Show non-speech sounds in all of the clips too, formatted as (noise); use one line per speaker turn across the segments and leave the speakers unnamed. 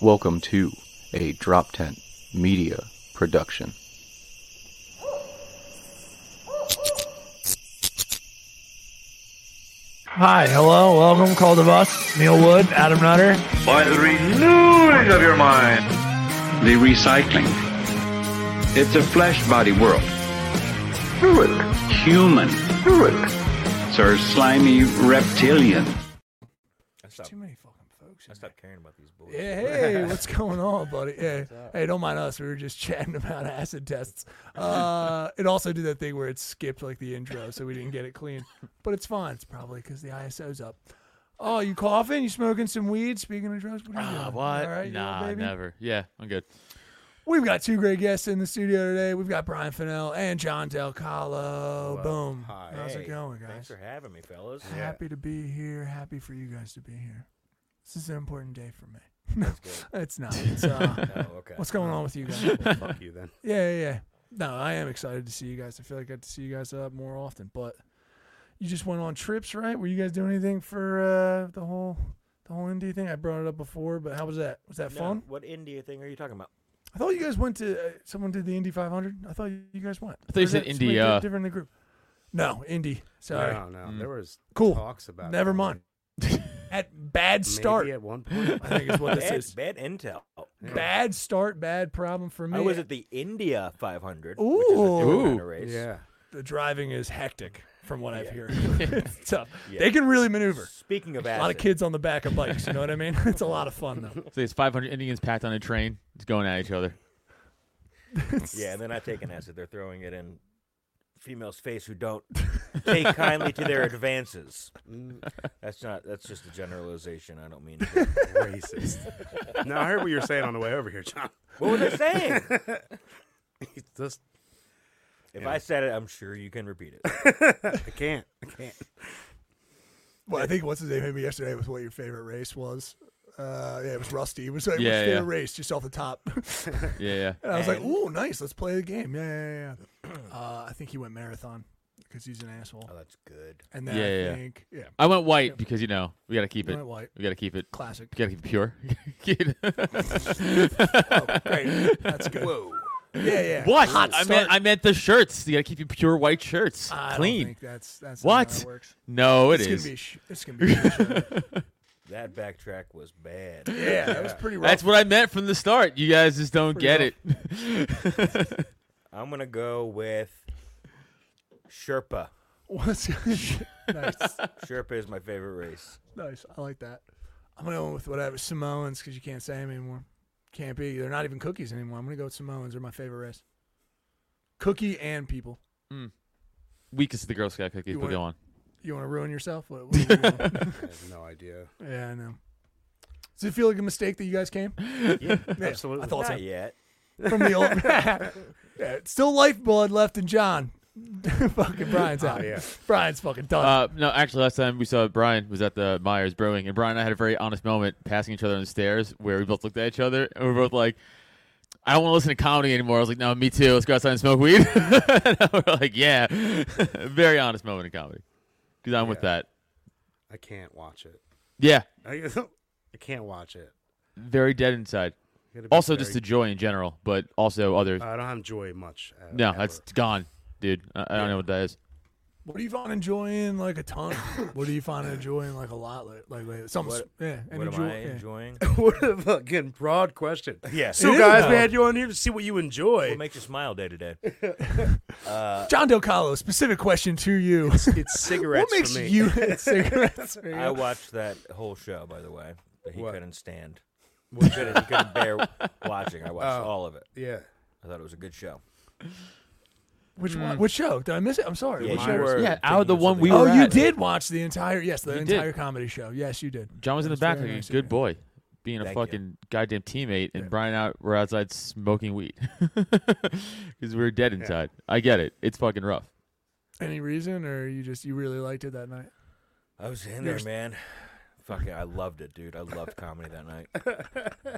Welcome to a Drop Tent Media Production.
Hi, hello, welcome, Cold of Us, Neil Wood, Adam Nutter.
By the renewing of your mind. The recycling. It's a flesh body world. Human. Sir Slimy Reptilian.
I stopped,
Too many fucking folks.
I stopped caring about these boys.
Yeah, hey, what's going on, buddy? Yeah. Hey, don't mind us. We were just (laughs) chatting about acid tests. Uh, it also did that thing where it skipped like the intro, so we didn't get it clean. But it's fine. It's probably because the ISO's up. Oh, you coughing? You smoking some weed? Speaking of drugs, what are you doing?
Ah,
You
what?
all right? You all
nah,
baby?
never. Yeah, I'm good.
We've got two great guests in the studio today. We've got Brian Fennell and John Del Calo. Boom.
Hi.
How's it going, guys?
Thanks for having me, fellas.
Happy to be here. Happy for you guys to be here. This is an important day for me. (laughs) No, it's not.
(laughs)
It's, uh,
Oh, okay.
what's going on with you guys? yeah,
Fuck you then.
(laughs) yeah, yeah. No, I am excited to see you guys. I feel like I get to see you guys up more often. But you just went on trips, right? Were you guys doing anything for uh, the whole the whole indie thing? I brought it up before, but how was that? Was that
No,
fun?
What India thing are you talking about?
I thought you guys went to uh, someone did the Indy 500. I thought you guys went.
I thought you
Or is
said
that
Indy,
somebody
uh,
different in the group. No, Indy. Sorry.
No, no. There was
Cool.
talks about.
Never
going
(laughs)
mind. At bad
maybe
start.
at
(laughs)
one point.
I think is what this
bad,
is.
bad intel. Oh,
Bad start, bad problem for me.
I was at the India 500.
Ooh.
Which is a different kind of
Ooh.
race.
yeah.
the driving is hectic from what I've
Yeah.
heard. (laughs)
(laughs)
it's tough. They can really maneuver.
Speaking of
A
acid,
lot of kids on the back of bikes, you know what I mean? (laughs) It's a lot of fun though.
(laughs)
So it's 500 Indians packed on a train, it's going at each other.
Yeah, and they're not
(laughs)
taking acid. They're throwing it in females' face who don't
(laughs)
take kindly to their advances. That's not. That's just a generalization. I don't mean. to-
(laughs) Racist. no, I heard what you were saying on the way over here, John.
what was I
(laughs)
saying?
It's just,
If I said it, I'm sure you can repeat
(laughs)
it.
I can't. I can't.
Well, I think what's his name hit me yesterday with what your favorite race was. Uh, yeah, it was Rusty. It was like,
Yeah,
what's your
yeah.
favorite race just off the top. (laughs)
Yeah, yeah.
And I was like,
And-
"Ooh, nice! Let's play the game." Yeah, yeah, yeah.
(clears throat)
uh, I think he went marathon because he's an asshole.
Oh, that's good.
And then
Yeah, yeah,
I
yeah.
think, yeah,
I went white because, you know, we got to keep it.
went white.
We got to keep it.
classic.
We got to keep it pure. (laughs) Keep
(laughs) Oh,
it-
great, that's good. Whoa. Yeah, yeah.
what?
Hot
I
start.
meant I meant the shirts. You got to keep your pure white shirts.
I don't
Clean.
think that's that's not
What?
How it works.
No, it
it's
is.
Gonna be a sh- it's gonna be.
(laughs)
a shit show.
That backtrack was bad.
yeah, that was pretty rough.
That's what I meant from the start. You guys just don't get it.
I'm gonna go with Sherpa.
(laughs) What's
(laughs)
nice,
Sherpa is my favorite race.
nice. I like that. I'm gonna go with whatever Samoans because you can't say them anymore. Can't be. They're not even cookies anymore. I'm gonna go with Samoans. They're my favorite race. Cookie and people.
(laughs) Weakest of the Girl Scout cookies,
You
but go on.
want- You want to ruin yourself? What, what, what, what,
I have no idea.
Yeah, I know. Does it feel like a mistake that you guys came?
Absolutely.
I thought
Not
so.
yet.
From the old. (laughs) Yeah, still lifeblood left in John. (laughs) fucking Brian's out.
yeah.
Brian's fucking done.
Uh, no, actually, last time we saw Brian was at the Myers Brewing, and Brian and I had a very honest moment passing each other on the stairs where we both looked at each other and we were both like, I don't want to listen to comedy anymore. I was like, no, me too. Let's go outside and smoke weed. (laughs) And we're like, yeah. (laughs) very honest moment in comedy. Because I'm with
Yeah.
that.
I can't watch it.
Yeah.
I, (laughs) I can't watch it.
Very dead inside.
It'd be
Also,
very-
just the joy in general, but also other.
I don't have joy much. uh,
no,
ever.
that's gone. dude. I, I don't know what that is.
What do you find enjoying like a ton? what do you find enjoying like a lot? Like, like, like something.
What-
sp- yeah, and
What am
enjoy-
I
yeah.
enjoying?
(laughs)
what a fucking broad question.
Yes.
So,
is
guys,
though.
we had you on here to see what you enjoy.
What makes you smile day to day?
Uh, John Del Calo, specific question to you.
It's cigarettes
what makes
for me.
you cigarettes? for you?
I watched that whole show, by the way, that he
What?
couldn't stand. He couldn't, he couldn't bear watching. I watched
Oh,
all of it.
yeah.
I thought it was a good show.
Which one? Which show? Did I miss it? I'm sorry.
Yeah,
Which
you
show?
were
Yeah,
thinking
out of the
of
one
something
we
Oh,
were
you
at.
did watch the entire yes, the
You did.
entire comedy show. Yes, you did.
John was in the
That's
back
very
like
nice
a
of you.
good boy, being a
Thank you.
fucking goddamn teammate, and Brian and I were outside smoking weed (laughs) because we were dead inside. I get it. It's fucking rough.
Any reason, or you just you really liked it that night?
I was in there, man. Fucking, I loved it, dude. I loved comedy that
(laughs)
night.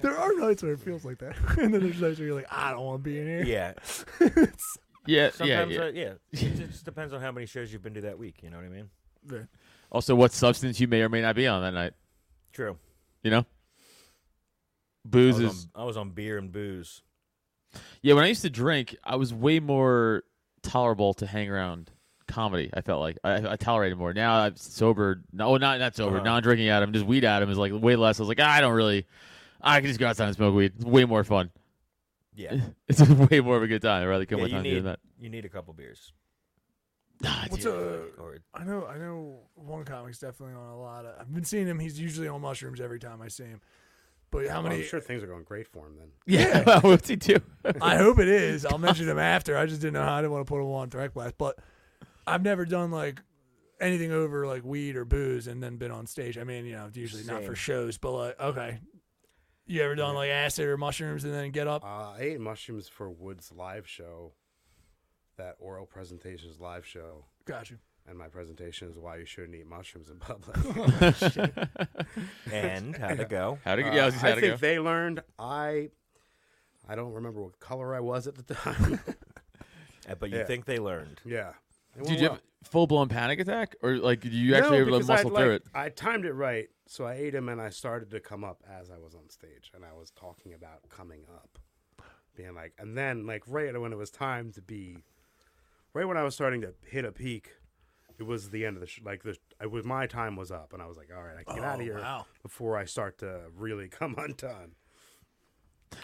There are nights where it feels like that, (laughs) and then there's nights where you're like, I don't want to be in here.
Yeah.
Yeah,
Sometimes, yeah.
yeah, yeah.
I, yeah. It just depends on how many shows you've been to that week. You know what I mean?
also, what substance you may or may not be on that night.
True.
You know,
I
booze
was, on,
is.
I was on beer and booze.
Yeah, when I used to drink, I was way more tolerable to hang around comedy. I felt like I, I tolerated more. Now I'm sober. No, not not sober.
Uh-huh.
Non-drinking Adam, just weed Adam is like way less. I was like, "Ah, I don't really. I can just go outside and smoke weed. It's way more fun.
Yeah.
(laughs) It's way more of a good time. I'd rather kill
yeah
my
you,
time doing
need,
that.
you need a couple beers.
Ah,
What's
dude.
a
Or
I know, I know. One comic's definitely on a lot of. I've been seeing him. He's usually on mushrooms every time I see him. But how
Well,
many?
(laughs) I'm sure things are going great for him then.
yeah. What's he (laughs) do?
I hope it is. I'll mention him after. I just didn't know how. I didn't want to put him on direct blast, but I've never done like anything over like weed or booze and then been on stage. I mean, you know, usually not for
Same.
shows, but like, okay. You ever done like acid or mushrooms and then get up?
Uh, I ate mushrooms for Wood's live show, that oral presentations live show,
Got you.
and my presentation is why you shouldn't eat mushrooms in
(laughs)
public.
and how'd it go?
How to go? Yeah, I was just
Uh, I
how to
think
go.
they learned. I I don't remember what color I was at the time. (laughs)
Uh, But you
Yeah.
think they
(laughs)
learned?
yeah. It
Did
went
you
well.
have full blown panic attack, or like did you
No,
actually able to
because I'd
muscle through
like-
it?
I timed it right, so I ate him, and I started to come up as I was on stage, and I was talking about coming up, being like, and then like right when it was time to be, right when I was starting to hit a peak, it was the end of the sh- like the it was my time was up, and I was like, all right, I can get out of here
wow.
before I start to really come (laughs) undone.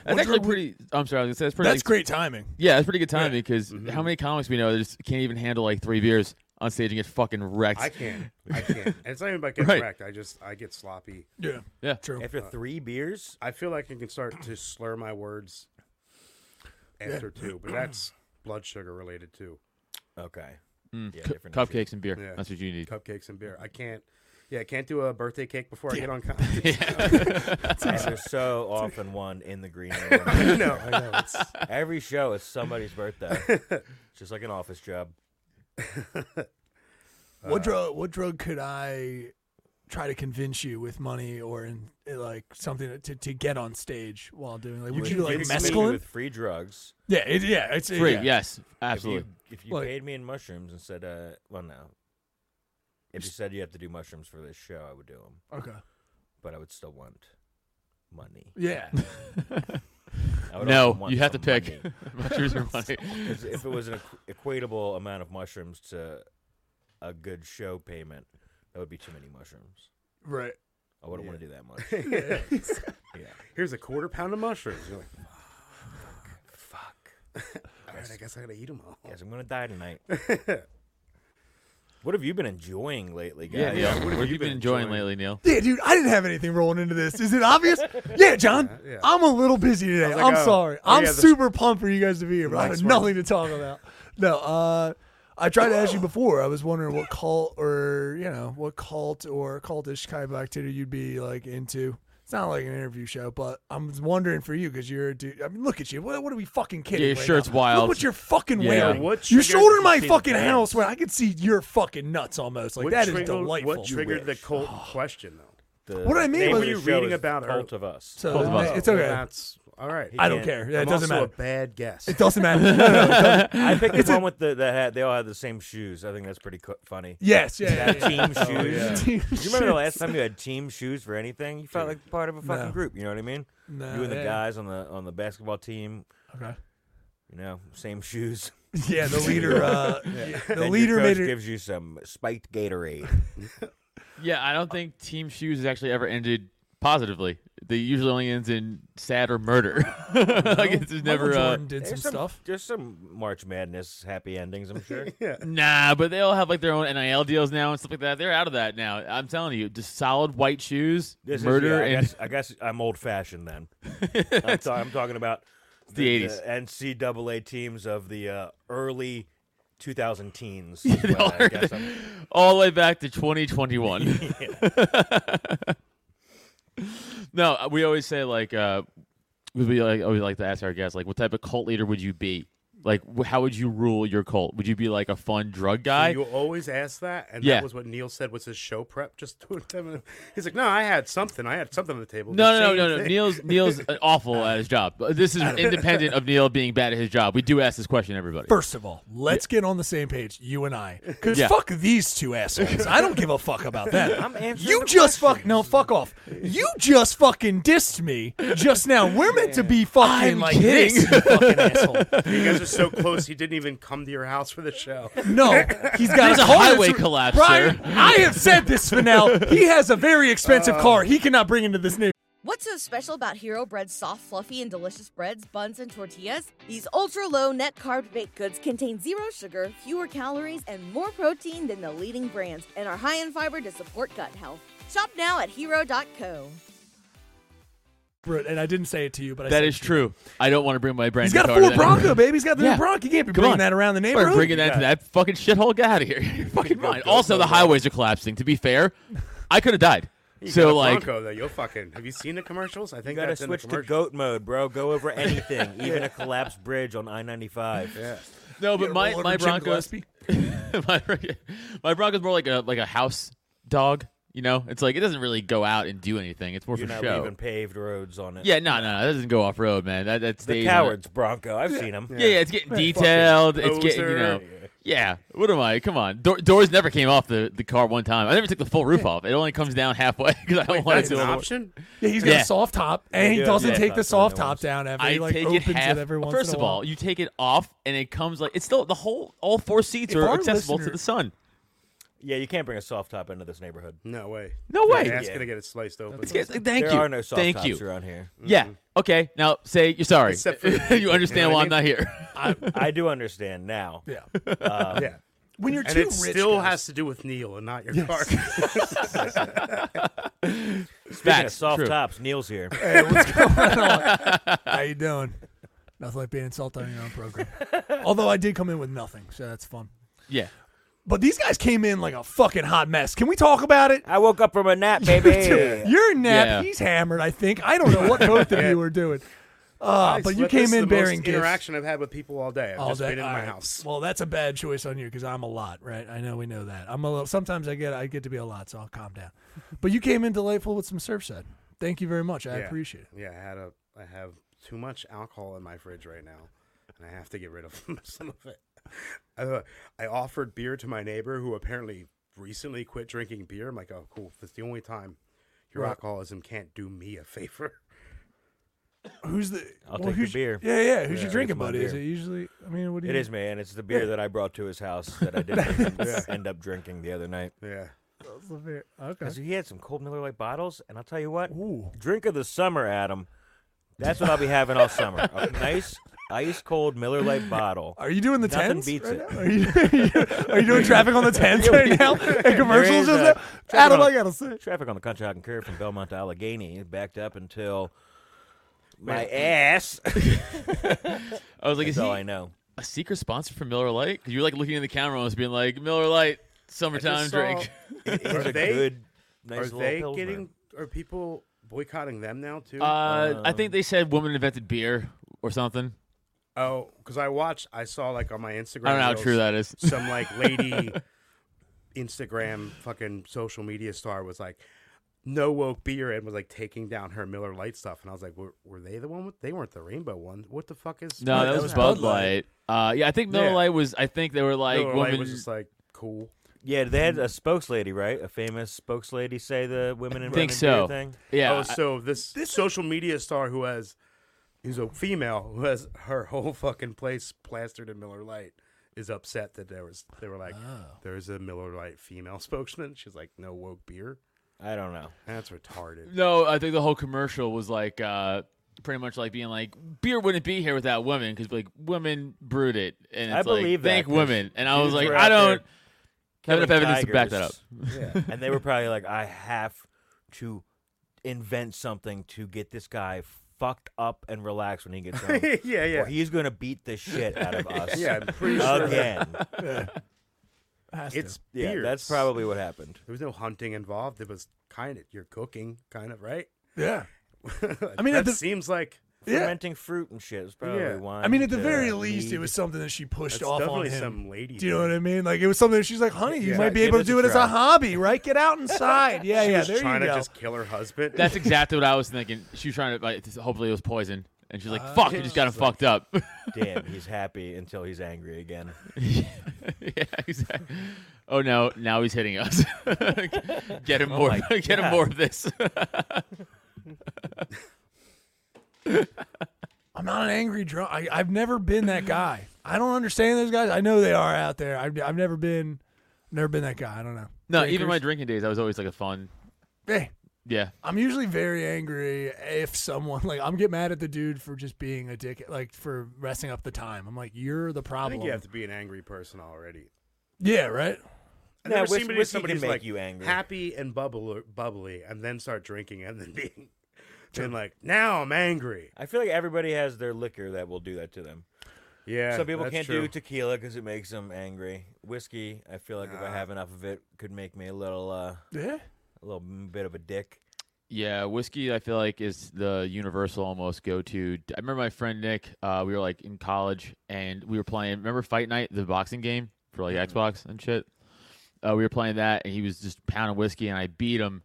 That's actually pretty. I'm sorry, I was gonna say that's pretty.
That's
like,
great timing.
Yeah, that's pretty good timing because how many comics we know that just can't even handle like three beers on stage and get fucking wrecked.
I can't, I can't. And it's not even about getting
Right.
wrecked. I just I get sloppy.
Yeah.
Yeah.
True.
After three beers?
I feel like I can start to slur my words after two, but that's blood sugar related too.
Okay. yeah,
Cu-
different issue.
cupcakes and beer.
Yeah.
That's what you need.
Cupcakes and beer. I can't. Yeah, I can't do a birthday cake before I get on (laughs) comedy.
And there's so often one in the
(laughs)
green room.
(laughs) I know. I know. It's, (laughs)
Every show is somebody's (laughs) birthday. It's just like an office job.
what
uh,
Uh,
drug? What drug could I try to convince you with money or in eh, like something to, to get on stage while doing? Like, would you like
Convince me
mescaline?
with free drugs.
yeah. It, yeah. It's
Free,
yeah.
yes,
If you,
absolutely.
if you
Like-
paid me in mushrooms and said, uh, well, no. If you said you have to do mushrooms for this show, I would do them.
Okay.
But I would still want money. (laughs)
Yeah.
I would also
no,
want
you have to
some
pick.
money.
Mushrooms or (laughs) money.
'Cause if it was an equ- equatable amount of mushrooms to a good show payment, that would be too many mushrooms.
right.
I wouldn't want to do that much.
(laughs)
yeah.
here's a quarter pound of mushrooms. You're like, fuck. (laughs) All right, I guess I gotta eat them all.
Guys, I'm gonna die tonight. what have you been enjoying lately, guys?
Yeah, Neil. What have you been enjoying lately, Neil?
Yeah, dude, I didn't have anything rolling into this. Is it
(laughs)
obvious? yeah, John.
yeah.
I'm a little busy
I
today.
was like,
I'm
oh,
sorry.
oh,
I'm
yeah, the-
super pumped for you guys to be here, but I
Mike's
have
right.
nothing to talk about. No, uh, I tried to ask you before. I was wondering what cult or you know what cult or cultish kind of activity you'd be like into. It's not like an interview show, but I'm wondering for you because you're a dude. I mean, look at you. What, what are we fucking kidding?
Yeah, your
right
shirt's
now? Look
wild.
what you're fucking
Yeah.
wearing.
What
you're
triggered-
shouldering
you
my
see the
fucking
pants.
house when I could see your fucking nuts almost. Like that is delightful.
What triggered the cult question though?
The
What I mean
name
was-
of the
Were you reading
show is
about
Cult
our-
of
(laughs)
Us?
So uh,
Both of us.
it's okay.
That's all right.
I don't
can't-
care. Yeah, it
I'm
doesn't
also
matter.
a bad
(laughs)
guess.
It doesn't matter. No, no,
(laughs)
no, it doesn't-
I picked the one with the that had, they all had the same shoes. I think that's pretty co- funny.
yes, yeah, yeah,
That
yeah.
team shoes.
Team
Do you remember the last time you had team shoes for anything? You felt like part of a fucking
No.
group. You know what I mean? you and the
yeah.
guys on the on the basketball team.
Okay.
You know, same (laughs) shoes.
Yeah,
(laughs)
the leader. Uh,
Yeah.
The
Then your
leader made
coach
(laughs) it.
gives you some spiked Gatorade.
Yeah, I don't think Team Shoes has actually ever ended positively. They usually only ends in sad or murder. (laughs) like it's just never. Uh,
There's There's some March Madness happy endings, I'm
(laughs)
sure.
yeah.
Nah, but they all have like their own NIL deals now and stuff like that. They're out of that now. I'm telling you, just solid white shoes,
This is- yeah,
murder,
I
and
guess, I guess I'm old fashioned
(laughs)
then. I'm, ta- I'm talking about
the 80s.
NCAA teams of the uh, early 2000
(laughs)
teens.
They
Well,
all
I
are-
guess
(laughs)
I'm-
(laughs) all the way back to 2021.
(laughs)
(laughs) no, we always say like uh, we- we like always like to ask our guests like, what type of cult leader would you be? Like, wh- how would you rule your cult? Would you be like a fun drug guy?
you always ask that, and
Yeah.
that was what Neil said was his show prep. Just (laughs) two he's like, no, I had something. I had something on the table.
No,
The
no,
same
no, no, no.
thing."
Neil's
(laughs)
Neil's awful at his job. But This is independent of Neil being bad at his job. We do ask this question, everybody.
First of all, let's get on the same page, you and
(laughs)
I. Because
Yeah.
fuck these two assholes. I don't give a fuck about that.
(laughs) I'm answering
you
the
just fuck.
question.
No, fuck off. You just fucking dissed me just now. We're meant to be fucking
I'm
like
kidding.
this, you fucking asshole.
You guys are so close. He didn't even come to your house for
(laughs)
the show.
(laughs)
No, he's got
There's
a
a
car
highway
that's-
collapse,
Brian,
sir.
I have said this for now.
(laughs)
He has a very
Uh,
expensive car. He cannot bring into this neighborhood.
What's so special about Hero Bread's soft, fluffy, and delicious breads, buns, and tortillas? These ultra low net carb baked goods contain zero sugar, fewer calories, and more protein than the leading brands, and are high in fiber to support gut health. Shop now at hero.co.
And I didn't say it to you, but I
That
said
is
it to you.
true. I don't want to bring my brand.
He's got a
new car to
Ford
that.
Bronco, baby. He's got the
Yeah.
new Bronco. You can't be
(laughs) Come
bringing
on.
that around the
We're
neighborhood.
bringing that to that fucking shithole. Get out
(laughs)
of here. You're (laughs) fucking
Go,
fine.
go,
Also,
go,
the
go.
highways are collapsing. To be fair, I could have died.
You got
so
a
like,
Bronco, though, you'll fucking. Have you seen the commercials? I
You
think
got to
that's in the
switch to
commercial.
goat mode, bro. Go
(laughs)
over anything, even a collapsed bridge on I 95. Yeah.
no, but
Yeah,
my
roll over
my
Jim
Bronco,
Gillespie.
(laughs) my, my Bronco's more like a like a house dog. You know, it's like it doesn't really go out and do anything. It's more
You're
for
not
show.
leaving paved roads on it.
Yeah, no, no, no, that doesn't go off road, man. That that
The
stays. on it.
cowards, Bronco. I've seen him.
Yeah, yeah, it's getting detailed. It's
poser.
getting you know. Yeah, what am I? Come on, Door, doors never came off the, the car one time. I never took the full roof off. It only comes down halfway (laughs) because I don't want
That's
to do
an
all the work.
option.
Yeah, he's got
Yeah.
a soft top, and he
Yeah,
doesn't
yeah.
take the
That's
soft
what I
top
was-
down after
I
he like
take it
opens
half.
it every once
first
in a
of
while.
all, you take it off, and it comes like it's still the whole all four seats
If
are
our
accessible to
listener-
the sun.
Yeah, you can't bring a soft top into this neighborhood.
No way.
No way.
That's
Yeah.
gonna get it sliced open.
It's- it's- thank
there
you.
are no soft
thank
tops Mm-hmm.
you.
around here.
Yeah. Okay. Now say you're sorry.
Except
(laughs)
for-
you understand
know
why I'm
what I
not here. (laughs)
I do understand now.
yeah,
Um,
yeah.
when you're
And
too
it
rich,
still
guys,
has to do with Neil and not your car.
(laughs)
Speaking
Facts.
of soft
True.
tops, Neil's
(laughs)
here.
Hey, what's going on? How you doing? Nothing like being insulted on your own program. Although I did come in with nothing, so that's fun.
Yeah.
But these guys came in like a fucking hot mess. Can we talk about it?
I woke up from a (laughs) nap, baby.
You're nap.
Yeah.
He's hammered. I think. I don't know what both of you were doing. Uh, but you
Look,
came
this is
in
the
bearing
most
gifts.
interaction I've had with people all day. I've
all
just
day.
been in
All
my
right.
house.
Well, that's a bad choice on you because I'm a lot, right? I know we know that. I'm a little. Sometimes I get I get to be a lot, so I'll calm down. But you came in delightful with some Surfside. Thank you very much. I
Yeah.
appreciate it.
Yeah, I had a. I have too much alcohol in my fridge right now, and I have to get rid of (laughs) some of it. I, I offered beer to my neighbor who apparently recently quit drinking beer. I'm like, oh, cool. If it's the only time your alcoholism can't do me a favor. (laughs)
Who's the?
I'll
well,
take
who's
your
your-
beer.
Yeah, yeah. Who's your
Yeah.
drinking
Take my
buddy? Is
beer.
it usually? I mean, what do you?
it is, man. It's the beer that I brought to his house that I didn't
(laughs)
even end up drinking the other night.
Yeah.
That's the beer. Okay.
'Cause he had some cold Miller Lite bottles, and I'll tell you what,
Ooh.
drink of the summer, Adam. That's what I'll be having all summer.
(laughs)
A nice, ice cold Miller Lite bottle.
Are you doing the
Nothing
tens?
beats
right
it.
now? Are you, (laughs) are you doing traffic on the tens right now? And commercials
is,
just
uh,
now?
traffic
Adam,
on-
I gotta say.
Traffic on the Conshohocken Curve from Belmont to Allegheny is backed up until my
(laughs)
ass. (laughs)
I was like,
That's
is he
all I know.
a secret sponsor for Miller Lite? 'Cause you were like looking in the camera and was being like, Miller Lite,
(laughs)
summertime drink.
It's
Are
a
they-
good, nice
Are
little
they
Pilsner.
getting? Are people boycotting them now too?
Uh, I think they said women invented beer or something.
oh, because I watched. I saw like on my Instagram.
I don't know how
reels,
true that is.
Some like lady Instagram fucking social media star was like. No woke beer and was like taking down her Miller Light stuff, and I was like, "Were, were they the one? With, they weren't the rainbow one. What the fuck is?"
No, that was Bud Light. Uh, yeah, I think Miller
Yeah.
Lite was. I think they were like
Miller Lite
women.
was just like cool.
Yeah, they had a spokeslady, right? A famous spokeslady say the women in
think
Ramen
so.
beer thing.
Yeah,
oh, so this, social media star who has, who's a female who has her whole fucking place plastered in Miller Light. is upset that there was they were like there's a Miller Lite female (laughs) spokesman. She's like no woke beer.
I don't know.
That's retarded.
No, I think the whole commercial was like uh, pretty much like being like beer wouldn't be here without women because like women brewed it, and
I
it's like,
believe that,
thank
'cause
women, and I was
dudes
like,
were
I
out
don't have
there
enough
killing
evidence to back that up.
tigers. Yeah. and they were probably like, I have to invent something to get this guy fucked up and relaxed when he gets
(laughs)
home.
Yeah, yeah.
Or he's gonna beat the shit out of us.
Yeah, I'm pretty
(laughs)
sure.
again.
Yeah.
It's yeah, that's probably what happened.
There was no hunting involved. It was kind of you're cooking, kind of (laughs) right.
Yeah. I
I mean,
mean,
that
at the-
seems like
Yeah.
Fermenting fruit and shit is probably
Yeah.
why.
I mean, at the
Yeah.
very least, it
Mead.
was something that she pushed
uh, That's
off on
definitely
him.
some lady
do you know
thing.
what I mean? Like it was something that she's like, "Honey, you
Yeah,
might be
give
able to
this
do
a
it as a
try.
hobby, right? Get out inside." Yeah,
she
yeah.
was
there
trying
you go.
to just kill her husband.
That's exactly what I was thinking. She was trying to like, hopefully it was poison, and she's like,
Ah.
fuck, you just got him fucked up.
Uh, (laughs) Damn, he's happy until he's angry again.
(laughs) yeah, exactly. Oh no, now he's hitting us. (laughs) get him
Oh
more.
my
(laughs) get him
God.
more of this. (laughs)
I'm not an angry drunk. I, I've never been that guy. I don't understand those guys. I know they are out there. I've, I've never been, never been that guy. I don't know.
no, even my
Drinkers?
drinking days, I was always like a fun.
Hey,
Yeah,
I'm usually very angry if someone like I'm get mad at the dude for just being a dick, like for messing up the time. I'm like, you're the
I
problem.
think you have to be an angry person already.
yeah, right.
I've
Nah, whis-
never seen me do
whiskey
somebody
can
who's
make
like
you angry.
happy and bubbly, bubbly, and then start drinking and then (laughs) being, then like now I'm angry.
I feel like everybody has their liquor that will do that to them.
Yeah,
Some people
that's
can't do
true.
tequila because it makes them angry. Whiskey, I feel like if I
Nah.
have enough of it, could make me a little, uh,
Yeah.
a little m- bit of a dick.
yeah. Whiskey, I feel like is the universal almost go to. I remember my friend Nick. Uh, we were like in college, and we were playing. Remember Fight Night, the boxing game for like Xbox and shit. Uh, we were playing that, and he was just pounding whiskey, and I beat him.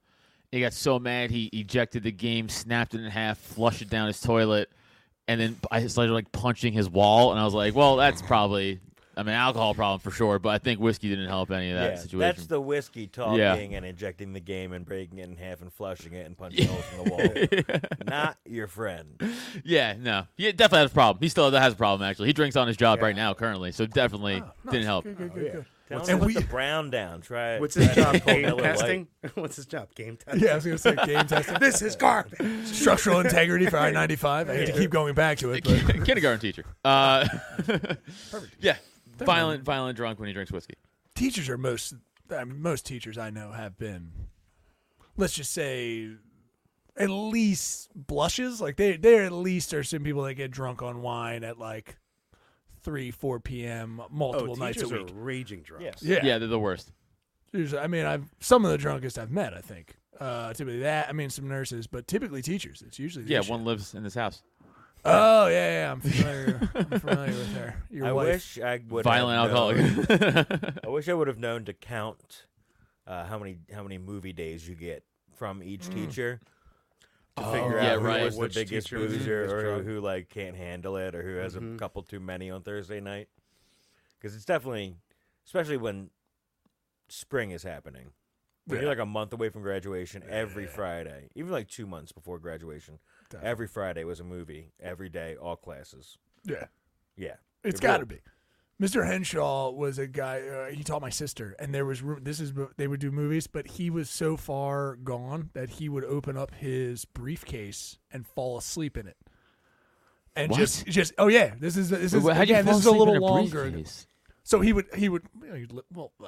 He got so mad, he ejected the game, snapped it in half, flushed it down his toilet, and then I started like punching his wall. And I was like, "Well, that's probably, I mean, alcohol problem for sure, but I think whiskey didn't help any of that situation."
that's the whiskey talking
Yeah.
and injecting the game and breaking it in half and flushing it and punching holes in the wall.
(laughs)
Not your friend.
yeah, no, he definitely has a problem. He still has a problem actually. He drinks on his job right now currently, so definitely didn't help.
Good,
Oh,
good, good, good.
Tell
And
him to
we-
put the brown down. Try
What's
try
his
to (laughs)
job?
pull
Game
Miller Lite.
testing. (laughs) What's his job? Game
(laughs)
testing.
Yeah, I was gonna say game testing.
(laughs) This is garbage.
Structural integrity for I-95. I hate to keep going back to it, but
(laughs) Kindergarten teacher. Uh, (laughs) yeah, violent, violent drunk when he drinks whiskey.
teachers are most I mean, most teachers I know have been let's just say at least blushes like they they at least are some people that get drunk on wine at like 3 4 p.m. multiple
Oh,
nights a
teachers are
week.
raging drunk.
Yes.
Yeah.
yeah, they're the worst.
Usually- I mean I've some of the drunkest I've met I think. Uh typically that I mean some nurses but typically teachers it's usually the
Yeah,
issue.
one lives in this house.
Oh yeah, yeah I'm familiar I'm familiar with her. Your
I
wife.
wish I would.
Violent
have known-
alcoholic. (laughs)
I wish I would have known to count uh, how many how many movie days you get from each teacher
Oh,
to figure
yeah,
out who
right.
was the
Which
biggest
teacher was the
loser
biggest
or
drunk. Mm-hmm.
who, who like can't handle it or who has a couple too many on Thursday night. Because it's definitely, especially when spring is happening. When
Yeah.
You're like a month away from graduation every Friday, even like two months before graduation. Every Friday was a movie, every day, all classes.
Yeah.
Yeah.
It's
It really-
got to be. Mr. Henshaw was a guy. Uh, he taught my sister, and there was room. This is they would do movies, but he was so far gone that he would open up his briefcase and fall asleep in it. And
What?
just, just oh yeah, this is this is
Wait, how'd you
again,
fall
this is a
asleep in
little
a
longer. ago.
briefcase?
So he would he would you know, he'd li- well (laughs)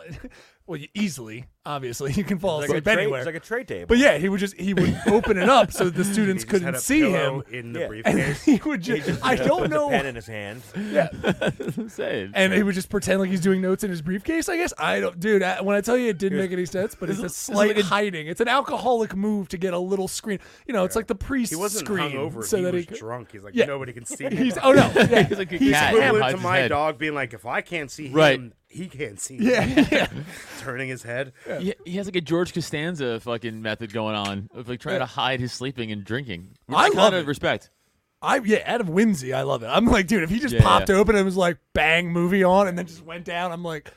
well you easily obviously (laughs) you can fall
It's like, a
asleep
tray,
anywhere.
it's like a tray table.
but yeah, he would just he would open it up so that the students
He just had
couldn't
a
see him,
pillow in the
Yeah.
(laughs)
and (laughs)
briefcase.
he would just, I don't know
Pen in his hand.
(laughs) I'm saying.
and he would just pretend like he's doing notes in his briefcase. I guess I don't, dude. I, when I tell you it didn't make any sense, but it's a slight hiding. It's an alcoholic move to get a little screen. You know, it's like the priest
He wasn't
screen
hungover.
so
he
that
was
he could-
drunk. He's like
Yeah.
nobody can (laughs) see.
(laughs) He's
me.
oh no, yeah.
He's like a
He's
cat.
equivalent
hides
equivalent to
his
my
head.
dog being like, if I can't see
Right.
him, he can't see me.
yeah, yeah.
(laughs) Turning his head.
He, he has like a George Costanza fucking method going on of like trying to hide his sleeping and drinking. Which
I
kinda
love it.
respect.
(laughs) I yeah, out of whimsy, I love it. I'm like, dude, if he just
Yeah,
popped
yeah.
open and was like, bang, movie on, and then just went down, I'm like,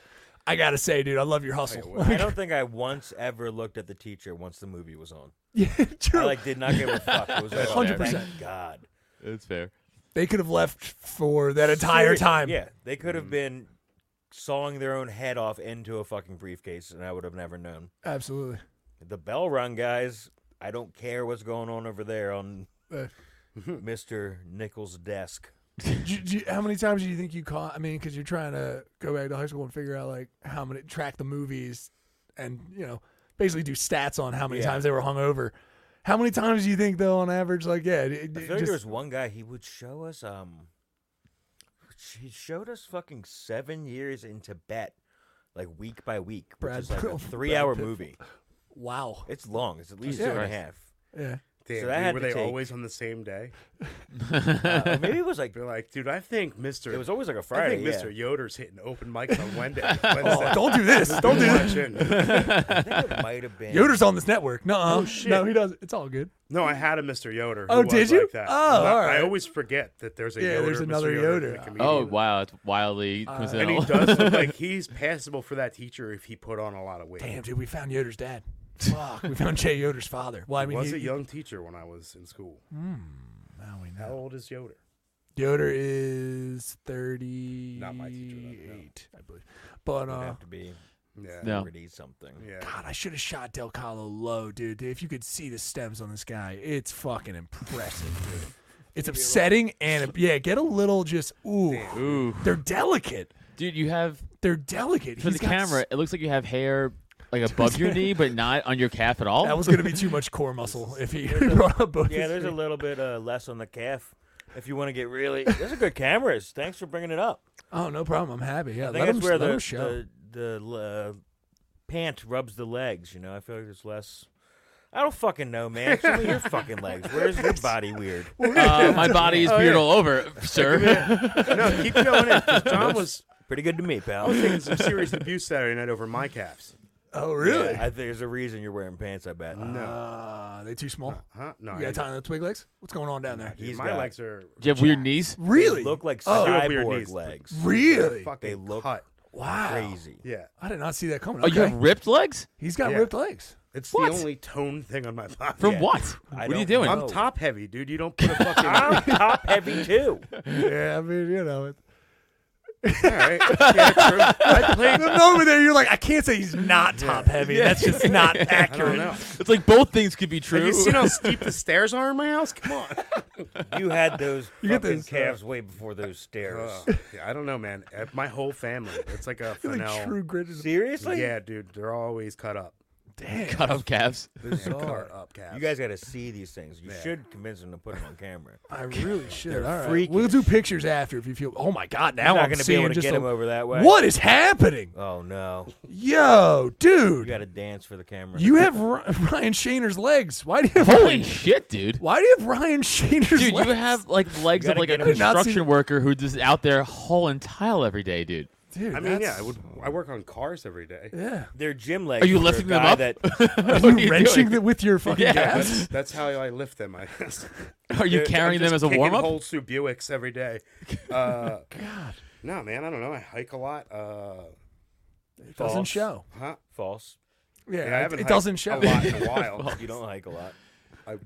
I gotta say, dude, I love your hustle. (laughs)
I don't think I once ever looked at the teacher once the movie was on.
yeah, true.
I like did not give a fuck. It
(laughs)
was like, oh,
100%.
thank God.
It's fair.
they could have left for that entire
Seriously,
time.
Mm-hmm.
Yeah, they could have been sawing their own head off into a fucking briefcase, and I would have never known.
Absolutely.
The bell rung, guys. I don't care what's going on over there on (laughs)
Uh.
Mr. Nichols' desk.
do, do, how many times do you think you caught? I mean, because you're trying to go back to high school and figure out like how many track the movies, and you know, basically do stats on how many
Yeah.
times they were hung over. How many times do you think though, on average? Like, yeah, it, it-
I
it
feel like
just-
there was one guy he would show us. Um, he showed us fucking seven years in Tibet, like week by week, which
Brad
is like a
Pitt-
three-hour
Brad Pitt.
movie.
Wow,
it's long. It's at least
Yeah.
two and a
Christ.
half.
Yeah.
Damn,
so that had
were
to
they
take-
always on the same day?
Uh, (laughs) maybe it was like
They're like, dude, I think Mister.
It was always like a
I
Friday,
think
yeah.
Mister Yoder's hitting open
(laughs)
mics on Wednesday.
Oh, don't do this. Don't do
Watch
this.
in.
I think it might
(laughs)
have been-
Yoder's on this network. No,
Oh, shit.
no, he doesn't. It's all good.
No, I had a Mr. Yoder. who
Oh,
was
did you?
Like that.
Oh,
And I,
all
I
right.
always forget that there's a
Yeah,
Yoder.
there's
Mr.
another
Yoder.
Yoder.
the
Oh
comedian.
wow, it's wildly
and
coincidental.
he does look
(laughs)
like he's passable for that teacher if he put on a lot of weight.
Damn, dude, we found Yoder's dad. Fuck, we found Jay Yoder's father. Well, I mean,
was
he-
a young teacher when I was in school.
Hmm, now we
How
know.
old is Yoder?
Yoder is thirty-eight, I believe. But
It'd
uh,
have to be
Yeah.
No.
pretty something.
Yeah.
God, I should have shot Del Calo low, dude. If you could see the stems on this guy, it's fucking impressive, dude. It's upsetting and yeah, get a little just ooh.
Ooh.
They're delicate.
Dude, you have
They're delicate.
for
He's
the
got s-
camera. It looks like you have hair like above your knee, but not on your calf at all. Uh,
That was gonna be too much core
(laughs)
muscle if he (laughs) brought up both.
Yeah,
his
there's a
feet.
little bit uh, less on the calf. If you want to get really, those are good cameras. Thanks for bringing it up.
Oh no problem. I'm happy. Yeah,
I think
let him,
that's where
let
the
him show.
the, the uh, pant rubs the legs. You know, I feel like there's less. I don't fucking know, man. Show me your fucking legs. Where's
(laughs)
your body weird?
Uh, my body is
Oh, yeah.
weird all over, sir.
(laughs) No, keep going in. 'cause John was
Pretty good to me, pal.
taking some serious abuse Saturday night over my calves.
oh really?
Yeah, I think there's a reason you're wearing pants. I bet.
Uh, they too small.
Huh? No.
You got
I didn't.
tie on the twig legs? What's going on down there?
Dude,
Oh, He's
my
got-
legs are
Do you have weird knees?
Really?
They look like
Oh.
I do have weird
cyborg
knees.
legs.
really?
fucking
They look
cut.
Wow.
crazy.
Yeah.
I did not see that coming.
Oh, you
Okay.
have ripped legs?
He's got
Yeah.
ripped legs.
It's
What?
the only toned thing on my body.
From
Yeah.
what?
I
what are you
don't
doing?
I'm
know.
top heavy, dude. You don't put a fucking.
I'm top heavy too.
yeah, I mean, you know. It,
All right. Yeah, true. I
(laughs)
played.
the moment there, you're like, I can't say he's not top heavy. That's just
(laughs)
not
I don't
accurate.
know.
It's like both things could be true.
Have you
(laughs)
seen how steep the stairs are in my house? Come on.
You had those
(laughs) You get
fucking
those, uh,
calves way before those stairs.
Ugh. Yeah, I don't know, man. Uh, My whole family. It's like a
You're like
Fennel.
true grit.
Seriously?
yeah, dude. They're always cut up.
Damn.
Cut off calves.
They're cut up, calves.
You guys got to see these things. You should convince them to put them
(laughs)
on camera.
I really should. All
They're
right.
freakish.
We'll do pictures after if you feel. Oh my God! Now
not
I'm
gonna be
seeing
able to
just
get
a-
him over that way.
What is happening?
Oh no!
Yo,
You
dude,
got to dance for the camera.
you have Ry- (laughs) Ryan Shaner's legs. Why do you have
Holy shit, dude.
(laughs) Why do you have Ryan Shaner's legs?
Dude, you have like legs of
gotta
like a
get 'em- I did
not see
construction worker who just out there hauling tile every day, dude.
Dude,
I mean, yeah,
that's-
I would. I work on cars every day.
(laughs) Yeah.
They're gym legs.
Are you
for a
lifting them
guy
up?
(laughs)
That, (laughs)
(laughs) What
Are
are
you wrenching
doing?
them with your fucking
Yeah.
calves?
That's, that's how I lift them. I guess.
Are you
Dude, I'm
carrying them
just
as a
kicking
warm up?
Holes through Buicks every day. Uh, God. No, man. I don't know. I hike a lot. Uh,
It doesn't
False.
show.
huh?
false.
Yeah,
Yeah, I haven't
it
hiked
doesn't
A
show.
lot in a while.
You don't hike a lot.
I,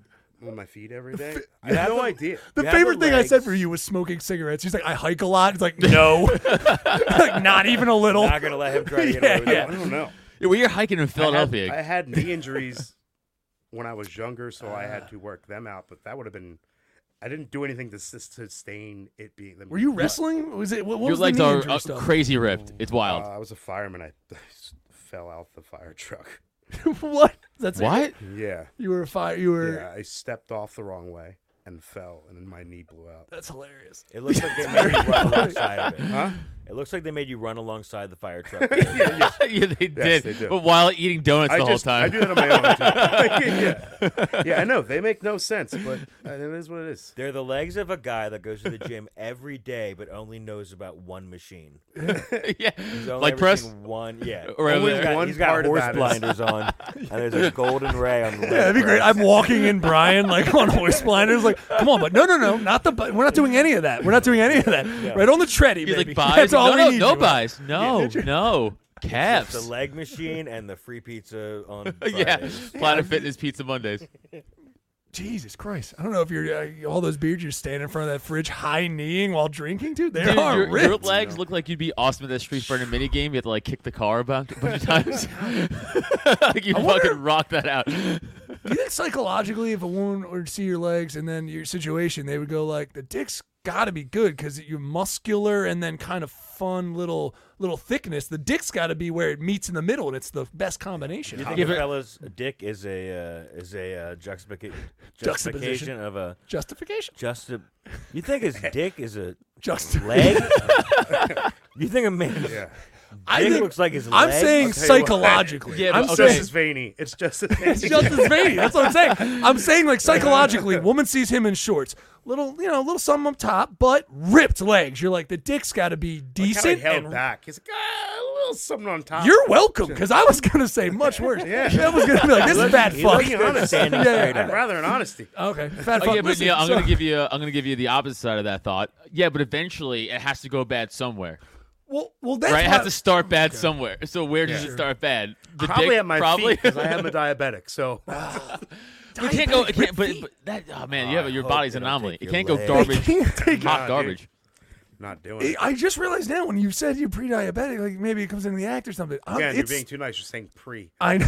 on my feet every day. I have
(laughs)
no idea.
The
You have
favorite
the
thing I said
legs.
for you was smoking cigarettes. He's like, I hike a lot. It's like, (laughs) no, like not even a little.
(laughs) Not gonna let him
(laughs)
try to get
Yeah,
over
I
that.
don't- I don't know.
Yeah, well, you're hiking in
I had-
Philadelphia.
I had, knee injuries (laughs) when I was younger, so I had to work them out. But that would have been. I didn't do anything to sus- sustain it being. Them
Were
being
you wrestling? Was it? What, what
your
was
legs
the knee
are
injury
uh,
stuff?
crazy ripped. It's
Uh,
wild.
I was a fireman. I (laughs) fell out the fire truck.
(laughs) what? That's it?
what?
Yeah.
You were a fire. You were.
Yeah. I stepped off the wrong way and fell, and then my knee
(laughs)
blew out.
That's hilarious.
It looks like they made you
(laughs)
run alongside of it. Huh? It looks like they made you run alongside the fire truck.
(laughs) yeah, they did.
they do.
But while eating donuts
I
the
just
whole time.
I do that on my own.
(laughs)
too. (laughs) yeah. yeah, I know they make no sense, but uh, it is what it is.
They're the legs of a guy that goes to the
(laughs)
gym every day, but only knows about one machine. He's
(laughs) yeah.
only
Like
ever
press.
seen one. Yeah,
(laughs)
Or over
Only
there.
got-
One
he's got
part of
horse
that is- (laughs)
blinders on, and there's a golden ray on the.
Yeah, that'd be great.
I'm
I'm walking in Brian like on horse blinders, like, come on, but no, no, no, not the. bu- We're not doing any of that. We're not doing any of that. Right on the tready,
He's
baby. (laughs)
like
That's
buys. no,
all we
no,
need.
no
you at.
buys. No, no. Calves.
the leg
(laughs)
machine and the free pizza on.
(laughs) yeah.
Fridays.
Planet Fitness Pizza Mondays.
Jesus Christ! I don't know if you're uh, all those beards you're standing in front of that fridge high kneeing while drinking, dude. They
Dude,
are
your,
ripped.
your legs look like you'd be awesome at that street burner mini game. You have to like kick the car about a bunch of times. (laughs) like you fucking rock that out.
Do you think psychologically, if a woman were to see your legs and then your situation, they would go like, "The dick's got to be good because you're muscular and then kind of fun little little thickness. The dick's got to be where it meets in the middle, and it's the best combination."
You think
Give
a
it-
fella's dick is a uh, is a uh, juxtapica-
Juxtaposition.
justification of a
Justification?
Justi- you think
(laughs)
his dick is a
Justi-
leg? you think a man? Yeah.
(laughs) I
Dick
think-
looks like his
I'm
leg?
saying
I'll tell you what.
psychologically. Yeah,
I'm
but (laughs)
just
okay.
as veiny. It's just as veiny.
it's just as veiny. That's what I'm saying. I'm saying like (laughs) psychologically, woman sees him in shorts, little you know, little something up top, but ripped legs. You're like, the dick's got to be
Like how he
decent.
held
and
back. He's like, ah, a little something on top.
You're welcome, because I was gonna say much worse.
(laughs) Yeah.
I was gonna be like, this
Look-
fat
you
fuck.
look at honesty.
Yeah, yeah,
I'd rather an honesty.
Okay, fat
Oh,
fuck.
yeah, but
Listen,
yeah, I'm
so-
gonna give you. I'm gonna give you the opposite side of that thought. Yeah, but eventually it has to go bad somewhere.
Well, well, that's
right. It
why-
has to start bad somewhere. So where does
Yeah.
it start bad? The
probably
dick?
at my
probably?
feet because I am a
(laughs)
diabetic. So
(laughs) You can't go. It can't, but, but that. Oh man, you have, your body's an anomaly. It
your
can't go
leg.
garbage.
(laughs)
(laughs) Can't take-
hot
Nah, dude.
garbage.
Not doing
I
it.
I just realized now when you said you're pre-diabetic, like maybe it comes in the act or something. I'm-
Again, you're
Um, it's-
being too nice. You're saying pre.
(laughs) I know.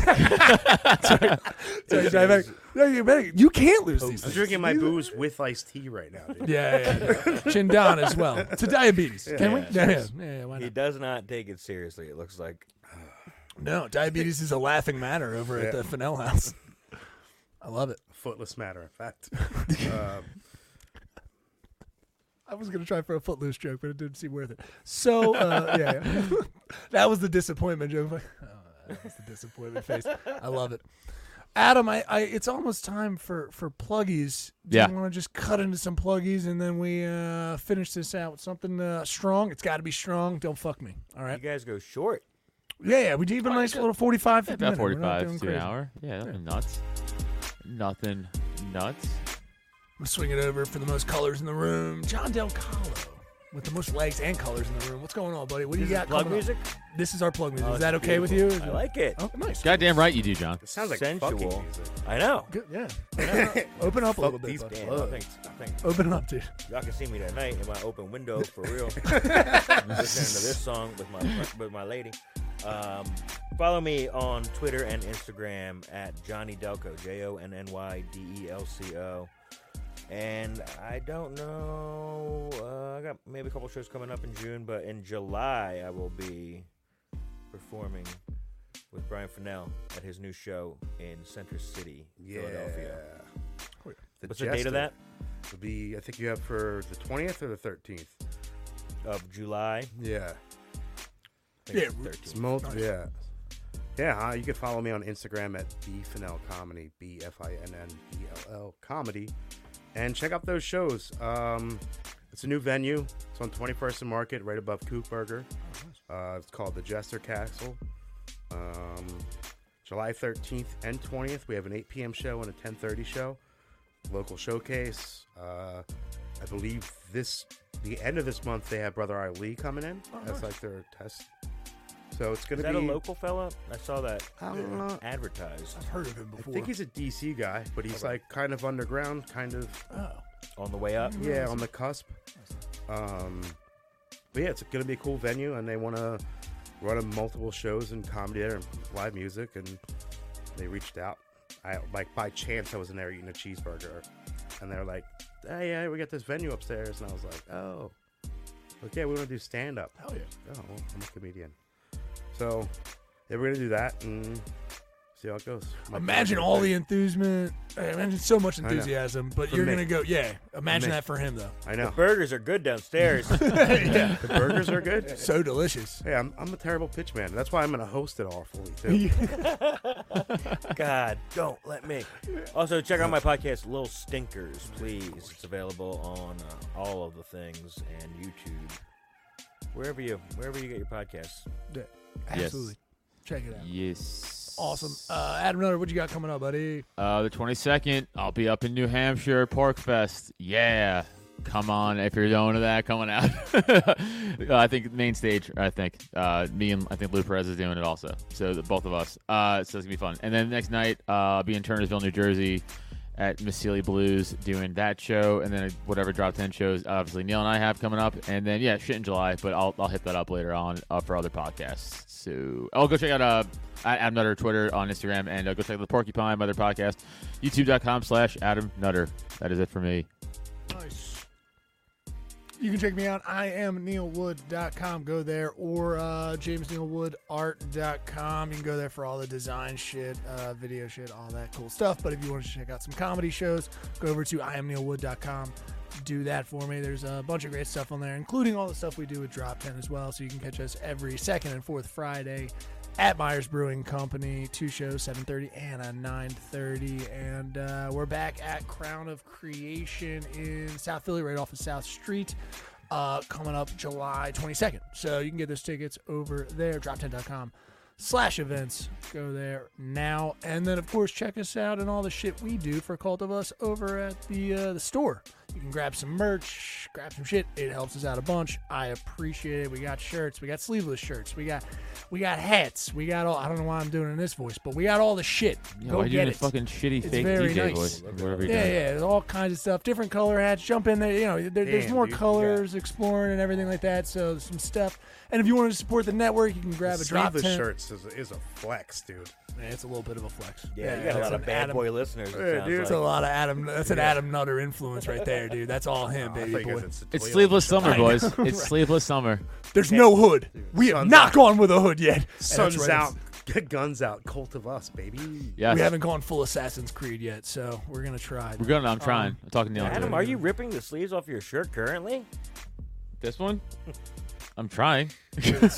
Sorry. Sorry, diabetic. No, you're diabetic. You can't lose these
I'm
things.
drinking my booze with iced tea right now. Dude.
Yeah, yeah, yeah. Chin down as well. To diabetes. Can we? Yeah, yeah, yeah, why
He
not?
does not take it seriously. It looks like
No, diabetes is a laughing matter over at the Fennell
(laughs)
House. I love it.
Footless matter of fact. Um,
I was gonna try for a footloose joke, but it didn't seem worth it. So uh, yeah,
(laughs)
yeah. that was the disappointment joke. (laughs) Like, oh, that was the disappointment face. I love it. Adam, I, I it's almost time for for pluggies. Do
Yeah.
you want to just cut into some pluggies and then we uh, finish this out with something uh, strong? It's got to be strong. Don't fuck me. All
you
right.
guys go short.
Yeah, yeah. We do even a nice little 45, 50
About
minute. We're not
45
doing
to an
crazy.
hour. Yeah, nothing nuts. Nothing nuts.
I'm gonna swing it over for the most colors in the room. John Del Colo with the most legs and colors in the room. What's going on, buddy? What do you
This is
got?
plug
coming up?
music?
This is our plug music.
Oh,
is
it's
that okay with you?
beautiful.
Is
I like it.
Oh, nice.
Goddamn right you do, John.
it sounds like
Sensual.
fucking music.
I know.
Good. Yeah.
(laughs)
Yeah. Open up a little bit.
these
bud.
Damn,
Plug.
I think, I think
Open up, dude.
y'all can see me that night in my open window for real. Listening to this song with my with my lady. Um, follow me on Twitter and Instagram at Johnny Delco. J O N N Y D E L C O. And I don't know. Uh, I got maybe a couple shows coming up in June, but in July I will be performing with Brian Fennell at his new show in Center City,
Yeah.
Philadelphia.
Oh,
The
What's the date of that?
Would be I think you have for the 20th or the 13th.
Of July.
Yeah.
I think it's
Yeah,
13th.
It's multiple. Yeah. Yeah, huh? you can follow me on Instagram at bfinnell comedy, b f i n n e l l comedy, and check out those shows. Um, it's a new venue. It's on 21st and Market, right above Coopburger.
Oh,
Uh, it's called the Jester Castle. Um, July 13th and 20th, we have an 8 p.m. show and a 10:30 show. Local showcase. Uh, I believe this the end of this month they have Brother Ali coming in. That's like their test. So it's gonna
Oh, Is that a
be
local fella? I saw that
I don't know.
advertised
I've heard of him
I
before.
think he's a DC guy, but he's like kind of underground, kind of
on the way up.
yeah, on the cusp. Um, but yeah, it's gonna be a cool venue, and they want to run a multiple shows and comedy there and live music, and they reached out. I like by chance I was in there eating a cheeseburger, and they're like, "Hey, yeah, we got this venue upstairs," and I was like, "Oh, okay, we want to do stand up."
Hell yeah.
Oh, well, I'm a comedian, so yeah, we're gonna do that and see how it goes. My
Imagine
brother-
all the enthusiasm. Imagine so much
know.
enthusiasm, but
For
you're
me.
gonna go. Yeah. Imagine
me.
that for him though.
I know
Burgers are good downstairs. (laughs)
the burgers
(laughs)
are good.
So delicious.
Hey, I'm, I'm a terrible pitch man. That's why I'm gonna host it awfully
(laughs)
too.
God, don't let me. Also, check out my podcast, Little Stinkers, please. It's available on uh, all of the things and YouTube, wherever you wherever you get your podcasts.
Yeah, Absolutely. Check it out.
Yes.
Awesome. Uh, Adam Nutter, what you got coming up, buddy?
Uh, the 22nd, I'll be up in New Hampshire, Pork Fest. Yeah. Come on, if you're going to that, coming out. (laughs) uh, I think main stage, I think. Uh, me and I think Lou Perez is doing it also. So the, both of us. Uh, so it's going to be fun. And then next night, uh, I'll be in Turnersville, New Jersey at Massilia Blues doing that show, and then whatever Drop 10 shows, obviously, Neil and I have coming up. And then, yeah, shit in July, but I'll, I'll hit that up later on uh, for other podcasts. So, oh, go check out uh, at Adam Nutter Twitter on Instagram, and uh, go check out the Porcupine, my other podcast, youtube.com slash Adam Nutter. That is it for me.
You can check me out. I am neilwood.com. Go there or uh, jamesneilwoodart.com. You can go there for all the design shit, uh, video shit, all that cool stuff. But if you want to check out some comedy shows, go over to iamneilwood.com. Do that for me. There's a bunch of great stuff on there, including all the stuff we do with Drop 10 as well. So you can catch us every second and fourth Friday at Myers Brewing Company. Two shows, 7.30 and a 9.30. And uh, we're back at Crown of Creation in South Philly, right off of South Street, uh, coming up July 22nd. So you can get those tickets over there, drop10.com slash events. Go there now. And then, of course, check us out and all the shit we do for Cult of Us over at the, uh, the store. You can grab some merch, grab some shit. It helps us out a bunch. I appreciate it. We got shirts, we got sleeveless shirts, we got we got hats, we got all. I don't know why I'm doing it in this voice, but we got all the shit.
Yeah,
Go
why are you
get
doing
it.
a fucking shitty
It's
fake
very
DJ
nice.
voice? Whatever
Yeah,
you're doing.
yeah, there's all kinds of stuff, different color hats. Jump in there, you know. There, there's
Damn,
more
dude, you got-
colors exploring and everything like that. So some stuff. And if you want to support the network, you can grab a drop
Sleeveless
tent.
shirts is, is a flex, dude.
it's a little bit of a flex.
Yeah, you got a
that's
lot of
an
bad
Adam-
boy listeners.
Yeah, dude, it's a lot of Adam. That's an Adam Nutter influence right there, dude. That's all him,
I
baby
think
boy.
it's-
It's sleeveless summer,
I know,
(laughs) boys. It's
right.
sleeveless summer.
There's no hood. We have not gone with a hood yet. And that's
Sun's
right,
out, guns out, cult of us, baby.
Yes.
We haven't gone full Assassin's Creed yet, so we're gonna try.
We're gonna. I'm trying. I'm talking to Neil.
Adam, are you ripping the sleeves off your shirt currently?
This one? I'm trying. (laughs) I'm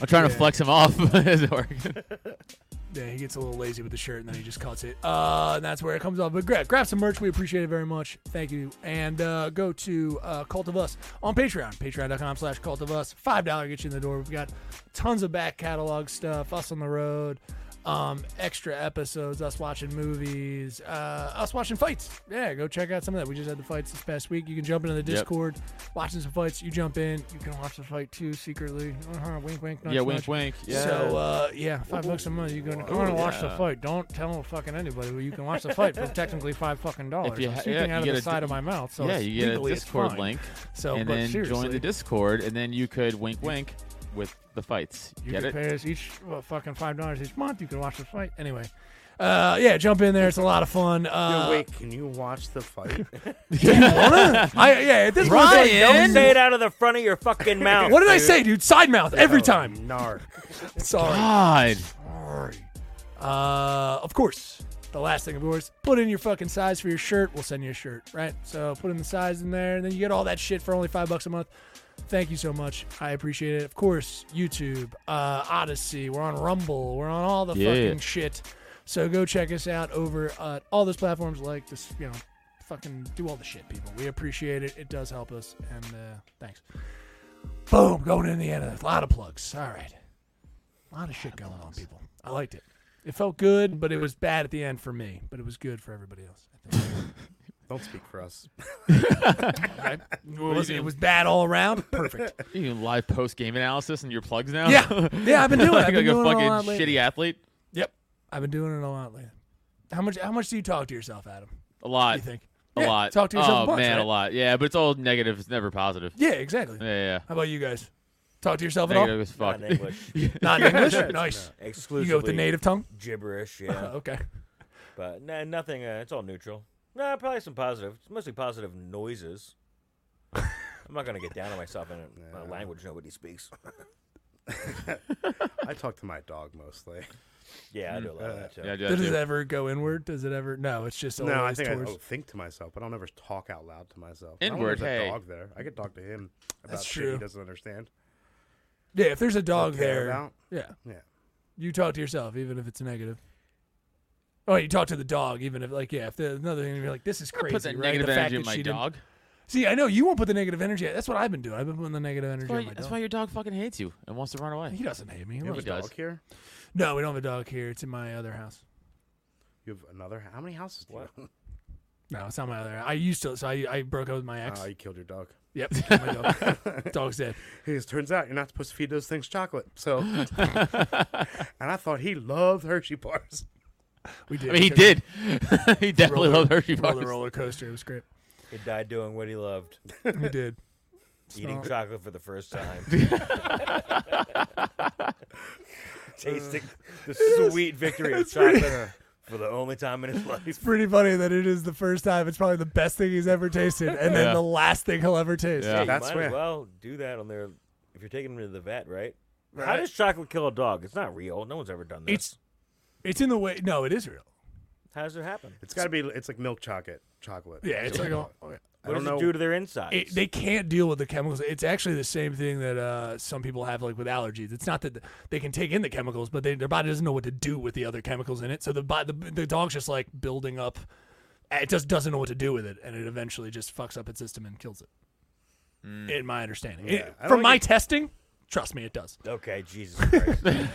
I'm
trying to flex him off. (laughs) Is it working?
Yeah, he gets a little lazy with the shirt and then he just cuts it. Uh, and that's where it comes off. But grab, grab some merch. We appreciate it very much. Thank you. And uh, go to uh, Cult of Us on Patreon. Patreon.com slash Cult of Us. $5 gets you in the door. We've got tons of back catalog stuff. Us on the road. Um, extra episodes. Us watching movies. Uh, us watching fights. Yeah, go check out some of that. We just had the fights this past week. You can jump into the
Yep.
Discord. Watching some fights. You jump in. You can watch the fight too secretly. Uh-huh, wink, wink. nudge,
Yeah, wink,
nudge.
wink. Yeah.
So, uh, yeah, five bucks a month. You go in the corner and watch the
yeah.
fight. Don't tell fucking anybody. but You can watch the fight for technically five fucking dollars. I'm
ha-
speaking
you
out
get
of the
a
side
di-
of my mouth. So
yeah,
it's
you get a
legally it's
Discord
fine.
link,
So,
and
but
then join
seriously,
the Discord, and then you could wink, wink with the fights.
You
Get
could
it?
pay us each well, fucking five dollars each month. You can watch the fight anyway. Uh, yeah, jump in there. It's a lot of fun. Uh,
Yo, wait, can you watch the fight?
do you wanna? I, yeah, at this point, it's like,
don't
don't
say it out of the front of your fucking mouth.
What did I say, dude? Side mouth (laughs) every
Oh,
time.
Narc.
Sorry.
God.
Sorry. Uh, of course. The last thing, of course, put in your fucking size for your shirt. We'll send you a shirt, right? So put in the size in there, and then you get all that shit for only five bucks a month. Thank you so much. I appreciate it. Of course, YouTube, uh, Odyssey, we're on Rumble, we're on all the
Yeah.
fucking shit. So go check us out over at all those platforms. Like this, you know, fucking do all the shit, people. We appreciate it. It does help us, and uh, thanks. Boom, going in the end of a lot of plugs. All right. A lot of shit going on, people. I liked it. It felt good, but it was bad at the end for me. But it was good for everybody else. I think.
Don't speak for us.
I-
you
well, listen, it
doing?
was bad all
(laughs)
around. Perfect.
You can live post game analysis and your plugs now. (laughs)
Yeah. Yeah, I've been doing it.
like
I've been
a
doing it a
fucking
lot lately.
shitty athlete.
Yep. I've been doing it a lot lately. How much? How much do you talk to yourself, Adam?
A lot.
You think?
A
Yeah,
lot.
Talk to yourself.
Oh
a bunch,
man,
right?
a lot. Yeah, but it's all negative. It's never positive.
Yeah, exactly.
Yeah, yeah.
How about you guys? Talk to yourself
Negative as
at all?
fuck.
in
(laughs)
English.
Not in
(laughs)
English. nice.
Exclusively.
You go with the native tongue.
Gibberish, yeah.
(laughs) okay.
But nah, nothing, uh, it's all neutral. Nah, probably some positive. It's mostly positive noises. I'm not going to get down on myself in a, a language nobody (laughs) speaks.
I talk to my dog
(laughs)
mostly.
Yeah, I do a lot of that, too.
Yeah, I do that
Does it
too.
ever go inward? Does it ever? No, it's just always
No, I think I
towards.
don't think to myself, but I'll never talk out loud to myself. I don't know
Inward,
if there's a
hey.
dog there. I could talk to him about
That's
shit
true.
he doesn't understand.
yeah, if there's a dog
care
there,
about.
yeah,
Yeah.
you talk to yourself even if it's negative. Oh, you talk to the dog even if like yeah, if there's another thing you're like this is crazy.
Put that
right?
negative
the fact
energy in
that
my
she didn't-
dog.
See, I know you won't put the negative energy. That's what I've been doing. I've been putting the negative energy
That's why,
on my
that's
dog.
why your dog fucking hates you and wants to run away.
He doesn't hate me. He
Yeah,
You have
he
a
loves-
does.
dog here?
No, we don't have a dog here. It's in my other house.
You have another? How many houses do you
What?
own?
No, it's not my other. I used to. So I, I broke up with my ex.
Oh, you killed your dog.
(laughs) Yep, killed my dog. dog's dead.
Because turns out you're not supposed
(laughs)
to feed those things chocolate. So, and I thought he loved Hershey bars. (laughs)
We did.
I mean,
(laughs)
he did. he definitely
roller,
loved Hershey
rolled
bars.
the
(laughs)
roller coaster. It was great.
He died doing what he loved.
He did.
Eating
Snot.
chocolate for the first time.
(laughs)
Tasting the
is-
sweet victory
(laughs)
of
it's pretty-
chocolate for the only time in his life.
It's pretty funny that it is the first time. It's probably the best thing he's ever tasted, and then
Yeah.
the last thing he'll ever taste.
you might as well do that on their. If you're taking them to the vet, right? How
Right.
does chocolate kill a dog? It's not real. No one's ever done this.
It's it's in the way. No, it is real.
How does it happen?
It's got to be. It's like milk chocolate. Chocolate.
Yeah, it's like all-
I
What
don't
does it
know.
do to their insides?
It, they can't deal with the chemicals. It's actually the same thing that uh, some people have, like with allergies. It's not that th- they can take in the chemicals, but they, their body doesn't know what to do with the other chemicals in it. So the bo- the, the dog's just like building up. uh, It just doesn't know what to do with it, and it eventually just fucks up its system and kills it. In my understanding,
Hmm. Yeah,
It-
I don't
from
think
my
it-
testing, trust me, it does.
Okay, Jesus Christ.
Yeah,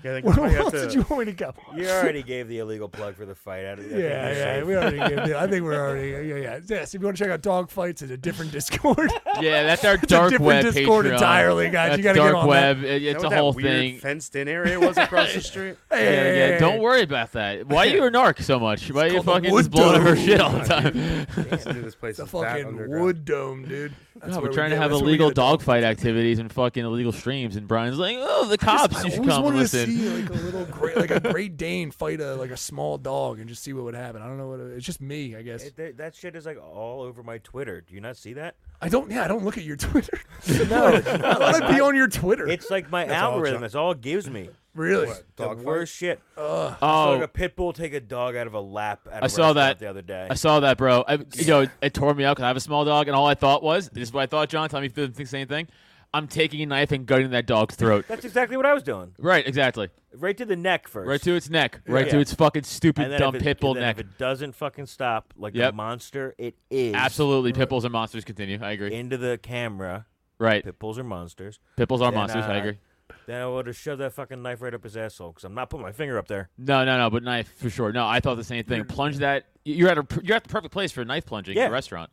I think you
Where (laughs)
probably have
else
to-
did you want me to go?
you already gave the illegal plug for the fight. I, I think
Yeah,
you're
yeah,
safe.
we already gave. the- I think we're already. Yeah, yeah. Yes, if you want to check out dog fights, it's a different Discord.
Yeah, that's
(laughs)
our
It's a
dark
different
web
Discord
Patreon.
entirely, guys.
That's
you got to
dark
get on
web.
that.
It-
Know
it's
what
a
that
whole
weird
thing.
Fenced-in area was across the street.
yeah, yeah,
Hey.
Don't worry about that. Why are you a narc so much? Why are you
called the
fucking
wood
just blowing her
dome.
shit all the
(laughs)
time?
Listen to this
(laughs)
place
It's a
is that
fucking
underground.
wood dome, dude. That's
God,
where
we're
we
trying to
get-
have
that's where we get
illegal
the dog (laughs)
dogfight activities and fucking illegal streams, and Brian's like, "Oh, the cops!
I
You should
always
come and
wanted to
listen."
see like a little great, like a Great Dane fight a like a small dog and just see what would happen. I don't know what it- it's just me, I guess.
It- that- that shit is like all over my Twitter. Do you not see that?
I don't. Yeah, I don't look at your (laughs) Twitter. no, (laughs) I want to be on your Twitter.
It's like (laughs) my
all
algorithm.
junk.
It's all it gives me.
really.
The
Dog
worst shit. I saw
oh,
like a pit bull take a dog out of a lap. At a
I saw
restaurant
that
the other day.
I saw that, bro. I, you know, it tore me up because I have a small dog, and all I thought was, "This is what I thought." John, tell me if you think the same thing. I'm taking a knife and gutting that dog's throat.
That's exactly what I was doing.
right, exactly.
Right to the neck first.
Right to its neck. Right
Yeah.
to its fucking
and
stupid
then
dumb
if it,
pit bull
and then
neck.
If it doesn't fucking stop, like a
Yep.
monster, it is
Absolutely, pit bulls are monsters. Continue. I agree.
into the camera.
right,
Pit bulls are monsters.
pit bulls are
Then,
monsters. I
uh,
agree.
Then I would have shoved that fucking knife right up his asshole because I'm not putting my finger up there.
No, no, no, but knife for sure. No, I thought the same thing. Plunge that. You're at a you're at the perfect place for knife plunging
Yeah.
in a restaurant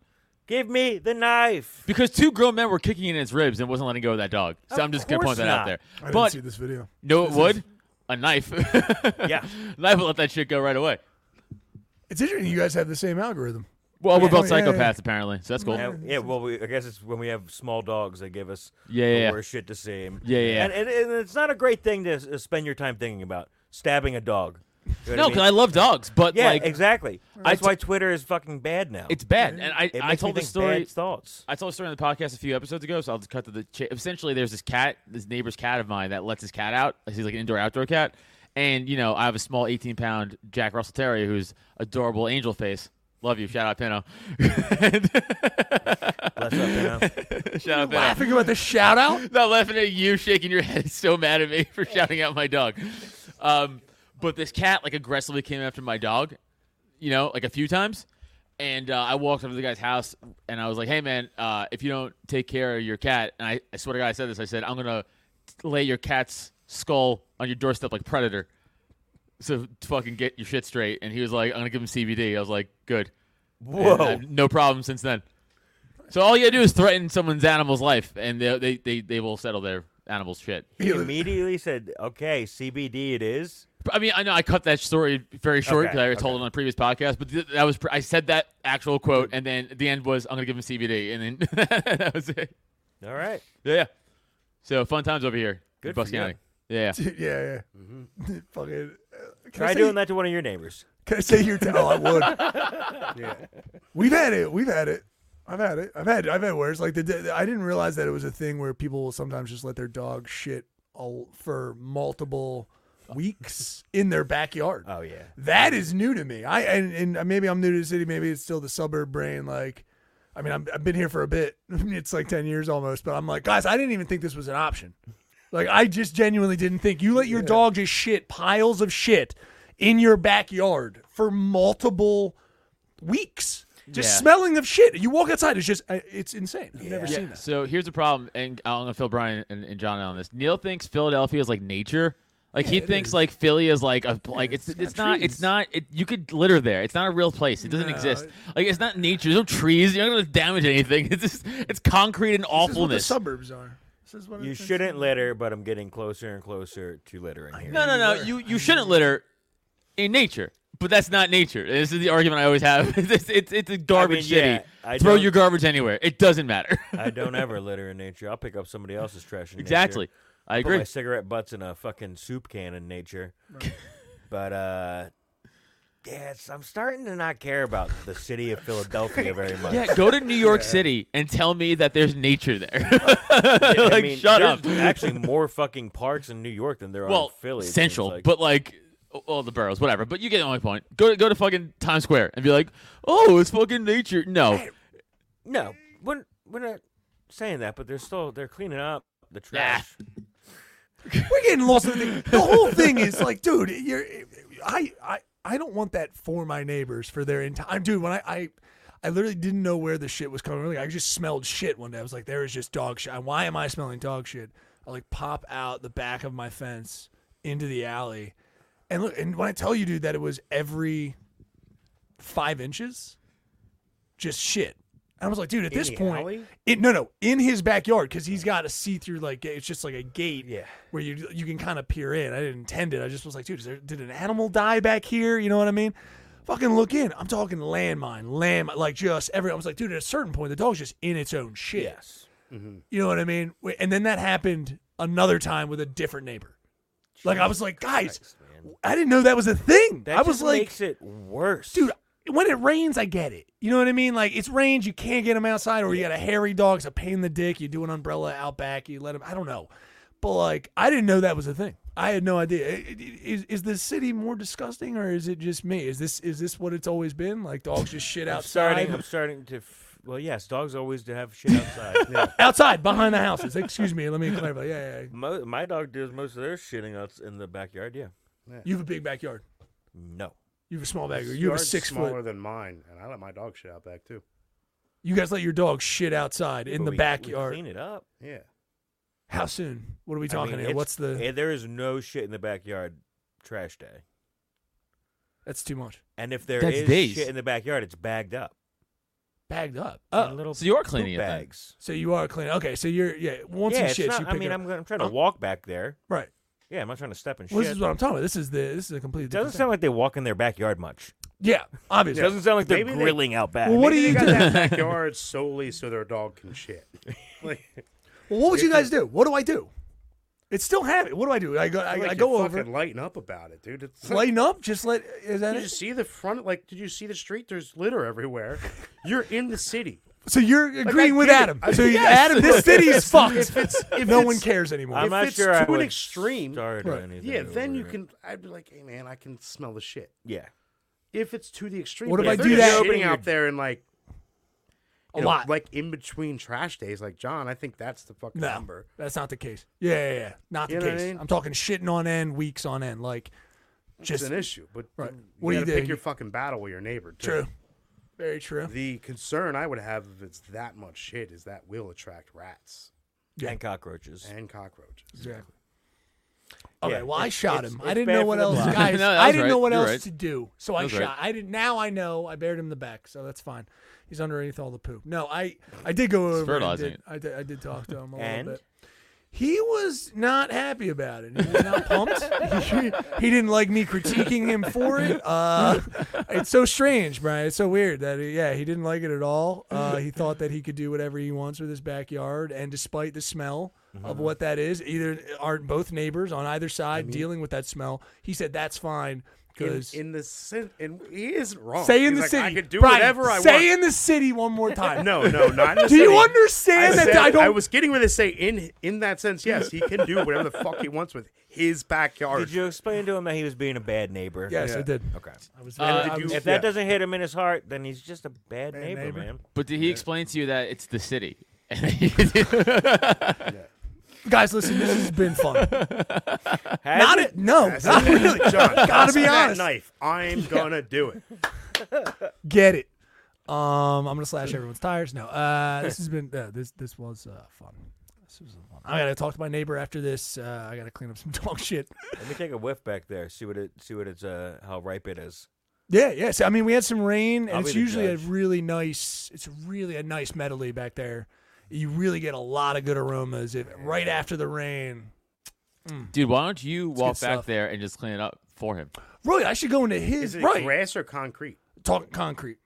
Give me the knife.
because two grown men were kicking it in its ribs and wasn't letting go of that dog. So
Of
I'm just gonna
course
point that
not.
out there.
I didn't
but
see this video.
no, it would a knife. (laughs)
Yeah.
knife will let that shit go right away.
It's interesting. You guys have the same algorithm. (laughs)
Well, we're
Yeah.
both
Oh, yeah, yeah.
psychopaths apparently, so that's cool.
Yeah, yeah, well, we, I guess it's when we have small dogs they give us
Yeah,
the
yeah, yeah.
worst shit to see.
Yeah, yeah, yeah.
And, and, and it's not a great thing to s- uh, spend your time thinking about stabbing a dog. You know
No,
what
because I love dogs, but
yeah,
like
exactly.
I
That's
t-
why Twitter is fucking bad now.
it's bad. And I
it
I
makes me
told the
think
story.
Bad thoughts.
I told a story on the podcast a few episodes ago, so I'll just cut to the chase. Essentially, there's this cat, this neighbor's cat of mine that lets his cat out. He's like an indoor outdoor cat. And, you know, I have a small 18 pound Jack Russell Terrier who's adorable angel face. Love you. Shout out Pino.
Bless up, you know?
(laughs) Shout out Pino.
Laughing about the shout out.
(laughs) Not laughing at you, shaking your head, (laughs) so mad at me for shouting out my dog. Um, but this cat like aggressively came after my dog, you know, like a few times. And uh, I walked up to the guy's house and I was like, "Hey, man, uh, if you don't take care of your cat," and I, I swear to God, I said this. I said, "I'm gonna lay your cat's skull on your doorstep like Predator." So fucking get your shit straight. And he was like, "I'm gonna give him CBD." I was like, "Good."
Whoa.
And I've- no problem since then. So all you gotta do is threaten someone's animal's life, and they they they, they will settle their animal's shit.
(laughs)
He immediately said, "Okay, CBD it is."
I mean, I know I cut that story very short
Okay,
because I told it on a previous podcast, but th- that was pr- I said that actual quote, and then at the end was I'm gonna give him CBD, and then (laughs) that was it.
All right.
Yeah, yeah. So fun times over here,
Good
in Bucks
for you.
County. Yeah,
yeah, yeah. (laughs) Fucking. uh, Can
Mm-hmm. Try
I say,
doing that to one of your neighbors.
Can I say your? T- oh, I would.
(laughs)
Yeah.
We've had it. We've had it. I've had it. I've had. I've had worse. Like the, the, I didn't realize that it was a thing where people will sometimes just let their dog shit all, for multiple weeks in their backyard.
Oh yeah.
That is new to me. I and, and maybe I'm new to the city. Maybe it's still the suburb brain. Like, I mean, I'm, I've been here for a bit. (laughs) It's like ten years almost. But I'm like, guys, I didn't even think this was an option. Like, I just genuinely didn't think you let your dog just shit piles of shit in your backyard for multiple weeks. Just
Yeah.
smelling of shit. You walk outside, it's just I- it's insane. I've never
yeah.
seen
yeah.
that.
So here's the problem, and I'm gonna fill Brian and, and John out on this. Neil thinks Philadelphia is like nature. Like he
it
thinks
is.
like Philly is like a like it's it's, not it's
trees.
not it, you could litter there. It's not a real place. It doesn't exist. Like it's not nature. There's no trees. You're not gonna damage anything. (laughs) It's just it's concrete and
This is what the
awfulness.
suburbs are. This is what
You
it's-
shouldn't litter, but I'm getting closer and closer to littering here.
No, no, no. You you shouldn't litter. in nature. But that's not nature. This is the argument I always have. (laughs) it's, it's, it's a garbage
mean, yeah,
city.
I
Throw
don't-
your garbage anywhere. It doesn't matter. (laughs)
I don't ever litter in nature. I'll pick up somebody else's trash in
Exactly.
nature.
I
Put
agree.
my cigarette butts in a fucking soup can in nature. (laughs) but uh yeah, it's, I'm starting to not care about the city
(laughs)
of Philadelphia very much.
Yeah, go to New York City and tell me that there's nature there.
(laughs) Yeah, I
(laughs) like,
mean,
shut
there's
up.
Actually, more fucking parks in New York than there are
well,
in Philly. it seems
central,
like.
but like all the boroughs, whatever. But you get my point. Go to go to fucking Times Square and be like, oh, it's fucking nature. No,
no, we're, we're not saying that. But they're still they're cleaning up the trash.
We're getting lost in the, the whole thing. Is like, dude, you're, I, I, I don't want that for my neighbors for their entire. Dude, when I, I, I literally didn't know where the shit was coming. from. Like, I just smelled shit one day. I was like, there is just dog shit. Why am I smelling dog shit? I like pop out the back of my fence into the alley, and look. And when I tell you, dude, that it was every five inches, just shit. And I was like, dude, at
In
this
the
point,
alley?
it no no in his backyard because he's got a see through like ga- it's just like a gate yeah. where you you can kind of peer in. I didn't intend it. I just was like, dude, is there, did an animal die back here? You know what I mean? Fucking look in. I'm talking landmine, lamb, like just every. I was like, dude, at a certain point, the dog's just in its own shit.
Yes. Mm-hmm.
You know what I mean? Wait, And then that happened another time with a different neighbor. Like I was like, guys, I didn't know that was a thing.
That
I was
just
like,
makes it worse,
dude. When it rains, I get it. You know what I mean? Like it's rains, you can't get them outside, or you got a hairy dog, it's a pain in the dick. You do an umbrella out back, you let them. I don't know, but like I didn't know that was a thing. I had no idea. I- I- Is is the city more disgusting, or is it just me? Is this is this what it's always been? Like dogs just shit
I'm
outside,
starting. I'm starting to. F- well, yes, dogs always do have shit outside.
(laughs) outside behind the houses. Excuse me, let me clarify. Yeah, yeah, yeah.
Mo- my dog does most of their shitting outs in the backyard. Yeah.
You have a big backyard.
No.
You have a small
His
backyard. You have a
yard's
six
smaller
foot.
than mine, and I let my dog shit out back too.
You guys let your dog shit outside in
But
the
we- we
backyard.
clean it up.
Yeah.
How soon? What are we
I mean,
talking here?
it's-
What's the?
eh, There is no shit in the backyard. Trash day.
That's too much.
And if there is
That's days.
shit in the backyard, it's bagged up.
Bagged up.
In
Oh,
little
so you are
poop
cleaning it then.
bags.
so you are clean. Okay, so you're yeah. Once
yeah,
you
it's
shit,
not-
you pick
I mean,
it up.
I'm, gonna- I'm trying to
Uh,
walk back there.
Right.
Yeah, I'm not trying to step in
Well,
shit.
this is what I'm talking about. This is the this is a completely
It doesn't
different
sound like they walk in their backyard much.
thing. Yeah,
It
obviously.
doesn't sound like they're
Maybe they-
grilling out back.
Well, what do you
Maybe they got
do? (laughs)
that backyard solely so their dog can shit? Like,
well, what would you guys do? What do I do? It's still happening. What do I do? I go. I,
like
I
you
go over.
fucking lighten up about it, dude. It's like,
Lighten up. Just let. Is that
did you
it?
see the front? Like, did you see the street? There's litter everywhere. You're in
(laughs)
the city.
So you're agreeing with
get it.
Adam.
I-
So you-
yes.
Adam,
(laughs)
this city is fucked.
If it's- if
no
it's-
one cares anymore.
I'm
if
not
it's
sure
to
I
an
would
extreme-
start
Right.
or anything.
Yeah, then
over
you
it.
can. I'd be like, hey man, I can smell the shit.
Yeah.
If it's to the extreme,
What if
but
I
they're
do
just
that-
Shitting out there and like
a
you know,
lot.
like in between trash days, like John. I think that's the fucking
No,
number.
that's not the case. Yeah, yeah, yeah. not
You
the
know what I
case. I
mean?
am talking shitting on end, weeks on end, like just
it's an issue, but
Right.
you
What do you
gotta
do?
Pick your fucking battle with your neighbor. Too.
true. Very true.
The concern I would have if it's that much shit is that will attract rats
Yeah.
And cockroaches.
and cockroaches.
Exactly. Okay,
Yeah,
well, I
it's-
shot
it's-
him.
it's
I didn't
bad
know
for
what
the
else,
block.
guys.
(laughs) No, that
I
was
didn't
right.
know what
You're
else
right.
to do, so I
was
shot.
right.
I didn't. Now I know. I buried him in the back, so that's fine. He's underneath all the poop. No, I I did go over. and
fertilizing
did-
it.
I did, I did talk to him a
And?
little bit. He was not happy about it. He was not pumped. (laughs) he, he didn't like me critiquing him for it. Uh, it's so strange, Brian. It's so weird that uh, yeah, he didn't like it at all. Uh, he thought that he could do whatever he wants with his backyard, and despite the smell
Mm-hmm.
of what that is, either are both neighbors on either side dealing with that smell. He said that's fine
In,
because.
in the city, and he isn't wrong.
Say in
He's
the
like,
city.
I could do
Brian,
whatever I
say
want.
in the city one more time.
(laughs) no, no, not. In the
Do you
city.
understand
I
that
said-
I don't-
was getting ready to say in in that sense, yes, he can do whatever the fuck he wants with his backyard.
Did
(laughs)
you explain to him that he was being a bad neighbor?
Yes, I
Yeah.
did.
Okay.
I was.
Uh,
I
did
was-
If that
Yeah.
doesn't hit him in his heart, then he's just a bad, neighbor,
neighbor.
man.
But did he explain to you that it's the city? (laughs)
Guys, listen, this has been fun.
(laughs) Has
Not
it?
it. No, not (laughs) really.
John,
Gotta be
toss that
honest.
Knife. I'm gonna do
(laughs)
it.
Get it. Um, I'm gonna slash everyone's tires. No, uh, this has been uh, this this was uh, fun. This was fun. I gotta talk to my neighbor after this. Uh, I gotta clean up some (laughs) dog shit.
Let me take a whiff back there. See what it. See what it's. Uh, how ripe it is.
Yeah, yeah. So, I mean, we had some rain, and
I'll be
it's
the
usually
judge.
a really nice. It's really a nice medley back there. You really get a lot of good aromas if, right after the rain.
Dude, why don't you walk
good
back
stuff.
there and just clean it up for him?
Right, I should go into his
Is it
right.
grass or concrete?
Talk
(laughs)
concrete.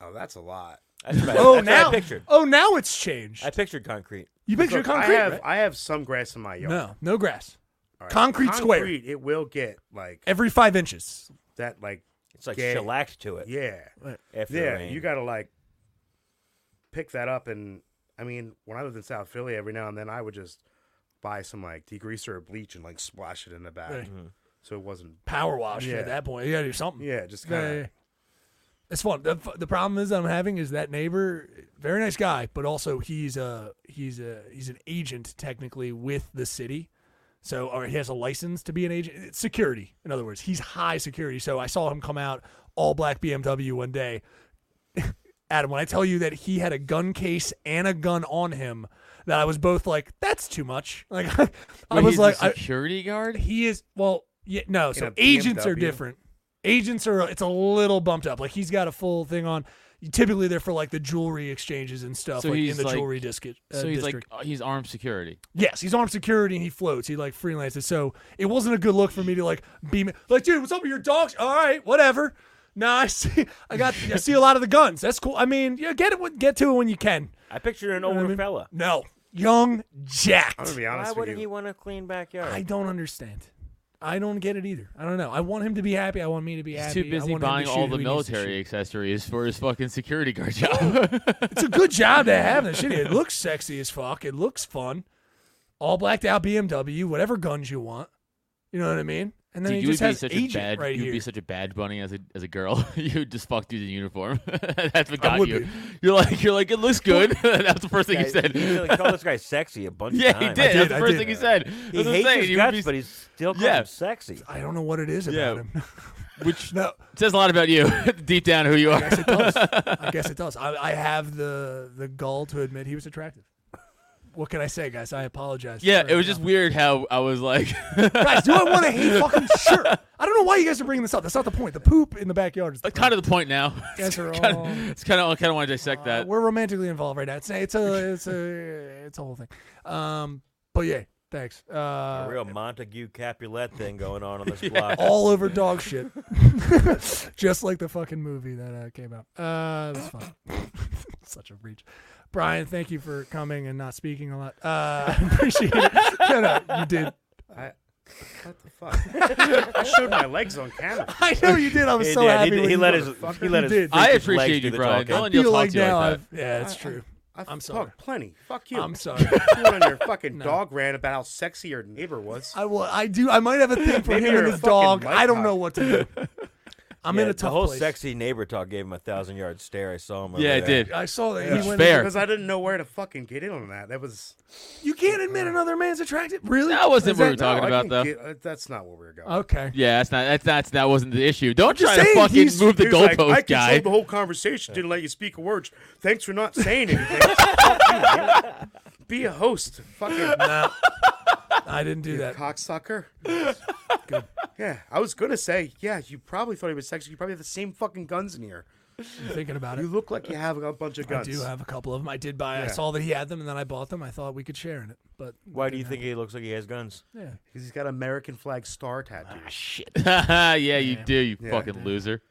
Oh, that's a lot.
oh, now, oh, now it's changed.
I pictured concrete.
You pictured
Look,
concrete,
I have,
right?
I have some grass in my yard.
No, no grass.
All right,
Concrete, square
concrete, It will get like
every five inches.
that, like
it's like
gay.
shellac to it.
Yeah,
After
yeah.
the rain.
You gotta like pick that up, and I mean, when I lived in South Philly, every now and then I would just buy some like degreaser or bleach and like splash it in the back,
Right.
Mm-hmm.
Mhm.
so it wasn't
Power wash at that point. You gotta do something.
Yeah, just
Yeah,
kind of.
yeah, yeah. It's fun. The, the problem is I'm having is that neighbor, very nice guy, but also he's a he's a he's an agent technically with the city, so or he has a license to be an agent. It's security, in other words, he's high security. So I saw him come out all black BMW one day. (laughs) Adam, when I tell you that he had a gun case and a gun on him, that I was both like, that's too much. Like (laughs) I
Wait,
was
he's a
like, I-
security guard.
He is well, yeah, no.
In
So
a
agents are
BMW?
different. Agents are it's a little bumped up. Like he's got a full thing on. Typically, they're for like the jewelry exchanges and stuff.
so
like
he's
in the
like,
jewelry discus- uh,
so he's
district.
like uh, he's armed security.
Yes, he's armed security and he floats. He like freelances. So it wasn't a good look for me to like beam like, dude, what's up with your dogs? All right, whatever. Nah, I (laughs) see I got I see a lot of the guns. That's cool. I mean, yeah, get it when- get to it when you can.
I pictured an
You know what I
older
mean?
fella.
No. Young Jack.
I'm gonna be honest
Why
with
wouldn't
you.
he want a clean backyard?
I don't understand. I don't get it either. I don't know. I want him to be happy. I want me to be
He's
happy.
too
I
busy
want him to
buying
shoot
all
who
the
he needs to
military accessories for his fucking
(laughs)
security guard job.
it's a
(laughs)
good job to have that shit. It looks sexy as fuck. It looks fun. All blacked out BMW, whatever guns you want. You know what I mean? And then
Dude,
he
you
just
would be
has
such
agent
a bad,
right
you would
here.
be such a bad bunny as a as a girl. (laughs) you would just fuck dudes in uniform. (laughs) That's what
I
got
would
you.
be.
You're like you're like it looks good. (laughs) That's the first thing you
Yeah,
said.
he really
(laughs)
called this guy sexy a bunch of
Yeah, he
times.
did. I That's did, the I first did. thing he said.
He
That's what I'm
hates
saying.
his
He would
guts,
be-
but he's still called
Yeah.
him sexy.
I don't know what it is about
Yeah.
him.
(laughs) Which
no.
says a lot about you (laughs) deep down who you
I
are.
guess it does. I guess it does. I, I have the the gall to admit he was attractive. What can I say, guys? I apologize.
(laughs) yeah,
for
it was just weird how I was like, (laughs)
guys, do I want to hate
(laughs)
fucking sure? I don't know why you guys are bringing this up. That's not the point. The poop in the backyard is the
kind of the point now. (laughs)
Guys are
Kinda-
all- Uh,
it's kind of I kind of want to dissect that.
we're romantically involved right now. It's it's a it's a it's a whole thing. Um, but yeah, thanks. Uh,
a real Montague Capulet thing going
(laughs)
on on this block.
all
(laughs)
over dog shit, (laughs) just like the fucking movie that uh, came out. Uh, it was fun. (laughs) Such a reach. Brian, thank you for coming and not speaking a lot.
(laughs)
Uh, (laughs) I appreciate it. No, no, you did.
I, (laughs) what the fuck? I showed my legs on camera.
I know you did. I was
He
so
did. He
happy.
did.
when
He
you
let his-
motherfucker.
he let
You
his
did.
I appreciate you,
the
Brian.
talking.
No
I
one
feel
will talk
like
to you
now
like
I've- yeah, it's
I-
true.
I've
I'm sorry.
talked plenty. Fuck you.
I'm sorry.
(laughs) You and your
(laughs)
fucking dog rant about how sexy your neighbor was.
I will. I do. I might have a thing for
Maybe
him
you're
and
a
his
fucking
dog.
mic
I don't
cock.
know what
(laughs)
to do. I'm in
Yeah,
a tough
The whole
place.
sexy neighbor talk gave him a thousand yard stare. I saw him. Over
Yeah, I
there.
did.
I saw that
Yeah.
he went.
Fair.
because I didn't know where to fucking get in on that. That was
You can't admit another man's attractive. Really?
That wasn't
Is
what we were
that-
talking
I
about
can
though.
get- uh, that's not where we were going.
Okay.
(laughs) Yeah, that's not that's that's that wasn't the issue. Don't
just
try to
saying,
fucking
he's-
move the
He was like,
goalpost,
I
guy. (laughs)
controlled the whole conversation. Didn't let you speak a word. Thanks for not saying anything. Fuck you. Be a host,
(laughs)
fucking
No. I didn't do that.
cocksucker. Yeah, I was gonna say, yeah, you probably thought he was sexy. You probably have the same fucking guns in here.
I'm thinking about
You
it.
look like you have a bunch of
I
guns.
do have a couple of them. I did buy. I
Yeah.
saw that he had them, and then I bought them. I thought we could share in it, but
Why do you think he looks like he has guns?
yeah.
'Cause he's got American flag star tattoo.
(laughs) yeah, you do, you
Yeah.
fucking loser.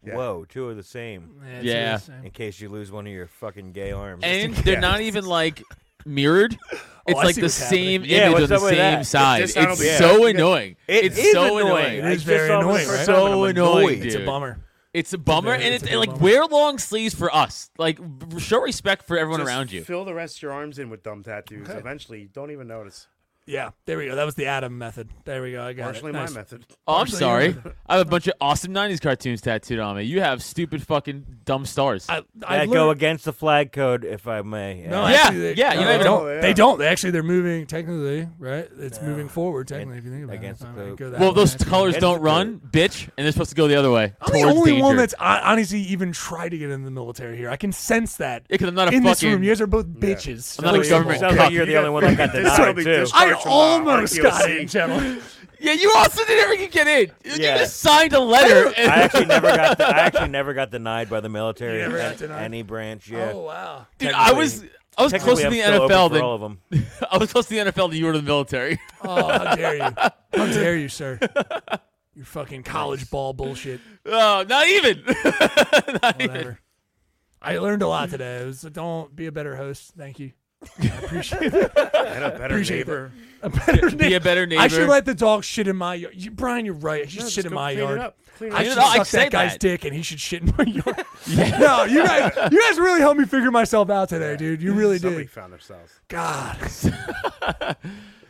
Whoa, two are the same.
it's
Yeah.
the same.
In case you lose one of your fucking gay arms.
And they're not even like mirrored. It's
Oh, I
like
see
the
what's happening.
same
Yeah,
image
what's
on the
up with
same
that?
side.
It's
It's,
just- I don't
so
get it.
annoying. it's
is
so
annoying.
annoying.
It
I
is
just
very
saw this
annoying,
for
right?
some-
So annoying.
It's a
dude.
bummer.
It's a bummer,
very-
and
it's
it's,
a
and,
big
like
bummer.
wear long sleeves for us. Like b- show respect for everyone
Just
around you.
Fill the rest of your arms in with dumb tattoos.
Okay.
Eventually, you don't even notice.
Yeah, there we go. That was the Adam method. There we go. I got
Partially
it.
my
Nice.
method.
Oh, I'm
Partially
sorry.
yours.
I have a bunch of awesome '90s cartoons tattooed on me. You have stupid fucking dumb stars.
I, I
That go
learned-
against the flag code, if I may.
No,
Yeah,
actually, they,
yeah,
no,
you
they
know-
don't.
Oh, yeah.
They don't. They actually, they're moving technically, right? It's moving forward technically. If you think about
against
it,
the
I mean,
Pope.
go that
well,
way,
those
actually.
colors
That's
don't
the
run, bitch, and they're supposed to go the other way.
I'm the
towards
only
danger.
one that's hon- honestly even trying to get in the military here. I can sense that.
Yeah, 'cause I'm not a
in this
fucking-
room. You guys are both bitches.
I'm not a
First of
government
all.
Sounds like you're the
You
only one that got
(laughs) fucking
denied
disability
too.
I
discharge from, uh,
almost got
RTOC. (laughs)
it, gentlemen.
Yeah, you also didn't ever get in. You-
Yeah.
You just signed a letter. and-
I actually never got. I
(laughs)
actually never got denied by the military.
You never got
at
denied?
Any branch, yeah.
Oh wow.
dude, I was I was close
Technically,
to
I'm
the
still open
NFL
for
(laughs)
all of them.
than I was close to the NFL than you were to the military.
Oh, how dare you? How dare you, sir? Your fucking college ball
(laughs)
bullshit.
(laughs) Oh, not
(laughs)
even. not
Whatever. I learned a lot today. It was, don't be a better host. Thank you. I appreciate it.
And a better
appreciate
neighbor.
that. A better
Be
neigh-
a better
I should
neighbor.
let the dog shit in my yard. You- Brian, you're right. He should
No,
shit
just
in
go
my
clean it
yard.
up. Clean it
I
up.
should
No, I
suck
say
that guy's
that.
dick and he should shit in my yard.
(laughs)
No, you guys, you guys really helped me figure myself out today, dude. You really
Somebody
did.
found themselves.
(laughs)
God.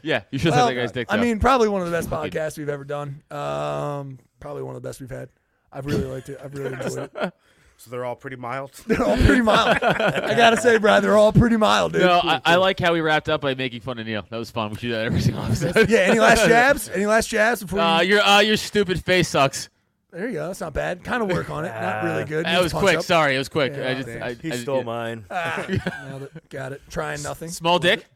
Yeah, you should
Well,
suck that guy's dick.
I
though.
mean, probably one of the best
Fucking-
podcasts we've ever done. Um, probably one of the best we've had. I've really liked it. I've really enjoyed
(laughs)
it.
So they're all
(laughs)
pretty mild.
They're all pretty mild. I gotta say, Brian, they're all pretty mild, dude.
No, I, I like how we wrapped up by making fun of Neil. That was fun. We should do that every single
(laughs)
episode.
yeah. Any last
(laughs)
jabs? Any last jabs before?
Uh,
you...
your uh, your stupid face sucks.
There you go. That's not bad. Kind of work on it. Not
(laughs)
really good.
That
Needs
was
punch
quick.
up.
Sorry, it was quick.
Yeah.
I just I,
He
I just-
stole
yeah.
mine.
Ah, nailed it. Got it. Trying nothing.
Small dick,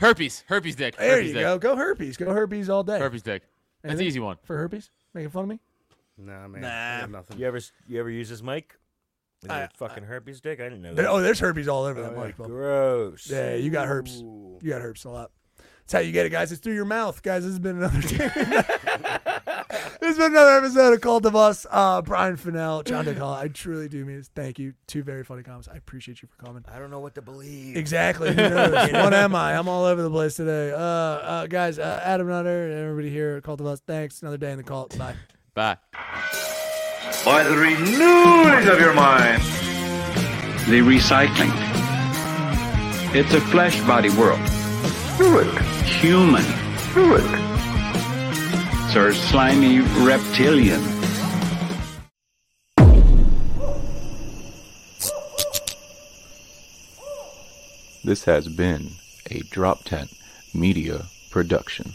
herpes, herpes dick.
There
herpes
you
dick.
go. Go herpes. Go herpes all day.
Herpes dick. That's an
Anything
easy one.
For herpes? Making fun of me?
Nah, man.
Nah.
I got nothing.
You ever s- you ever use this mic? Is
I-
it fucking herpes dick? I didn't know.
There-
that.
oh, there's herpes all over that
Oh,
mic, bub.
Gross.
Yeah, you got herpes. You got herpes a lot. That's how you get it, guys. It's through your mouth, guys. This has been another. (laughs) this has been another episode of Cult of Us. Uh, Brian Fennell,
(laughs)
John DeCall. I truly do mean this. Thank you. Two very funny comments. I appreciate you for coming.
I don't know what to believe. (laughs)
Exactly. Who knows? what am I? I'm all over the place today. Uh, uh guys, uh, Adam Nutter and everybody here at Cult of Us. Thanks. Another day in the cult. Bye.
Bye.
By the renewing of your mind.
The recycling. It's a flesh body world. Do it. Human. Do it. Sir Slimy Reptilian. This has been a Drop Tent Media Production.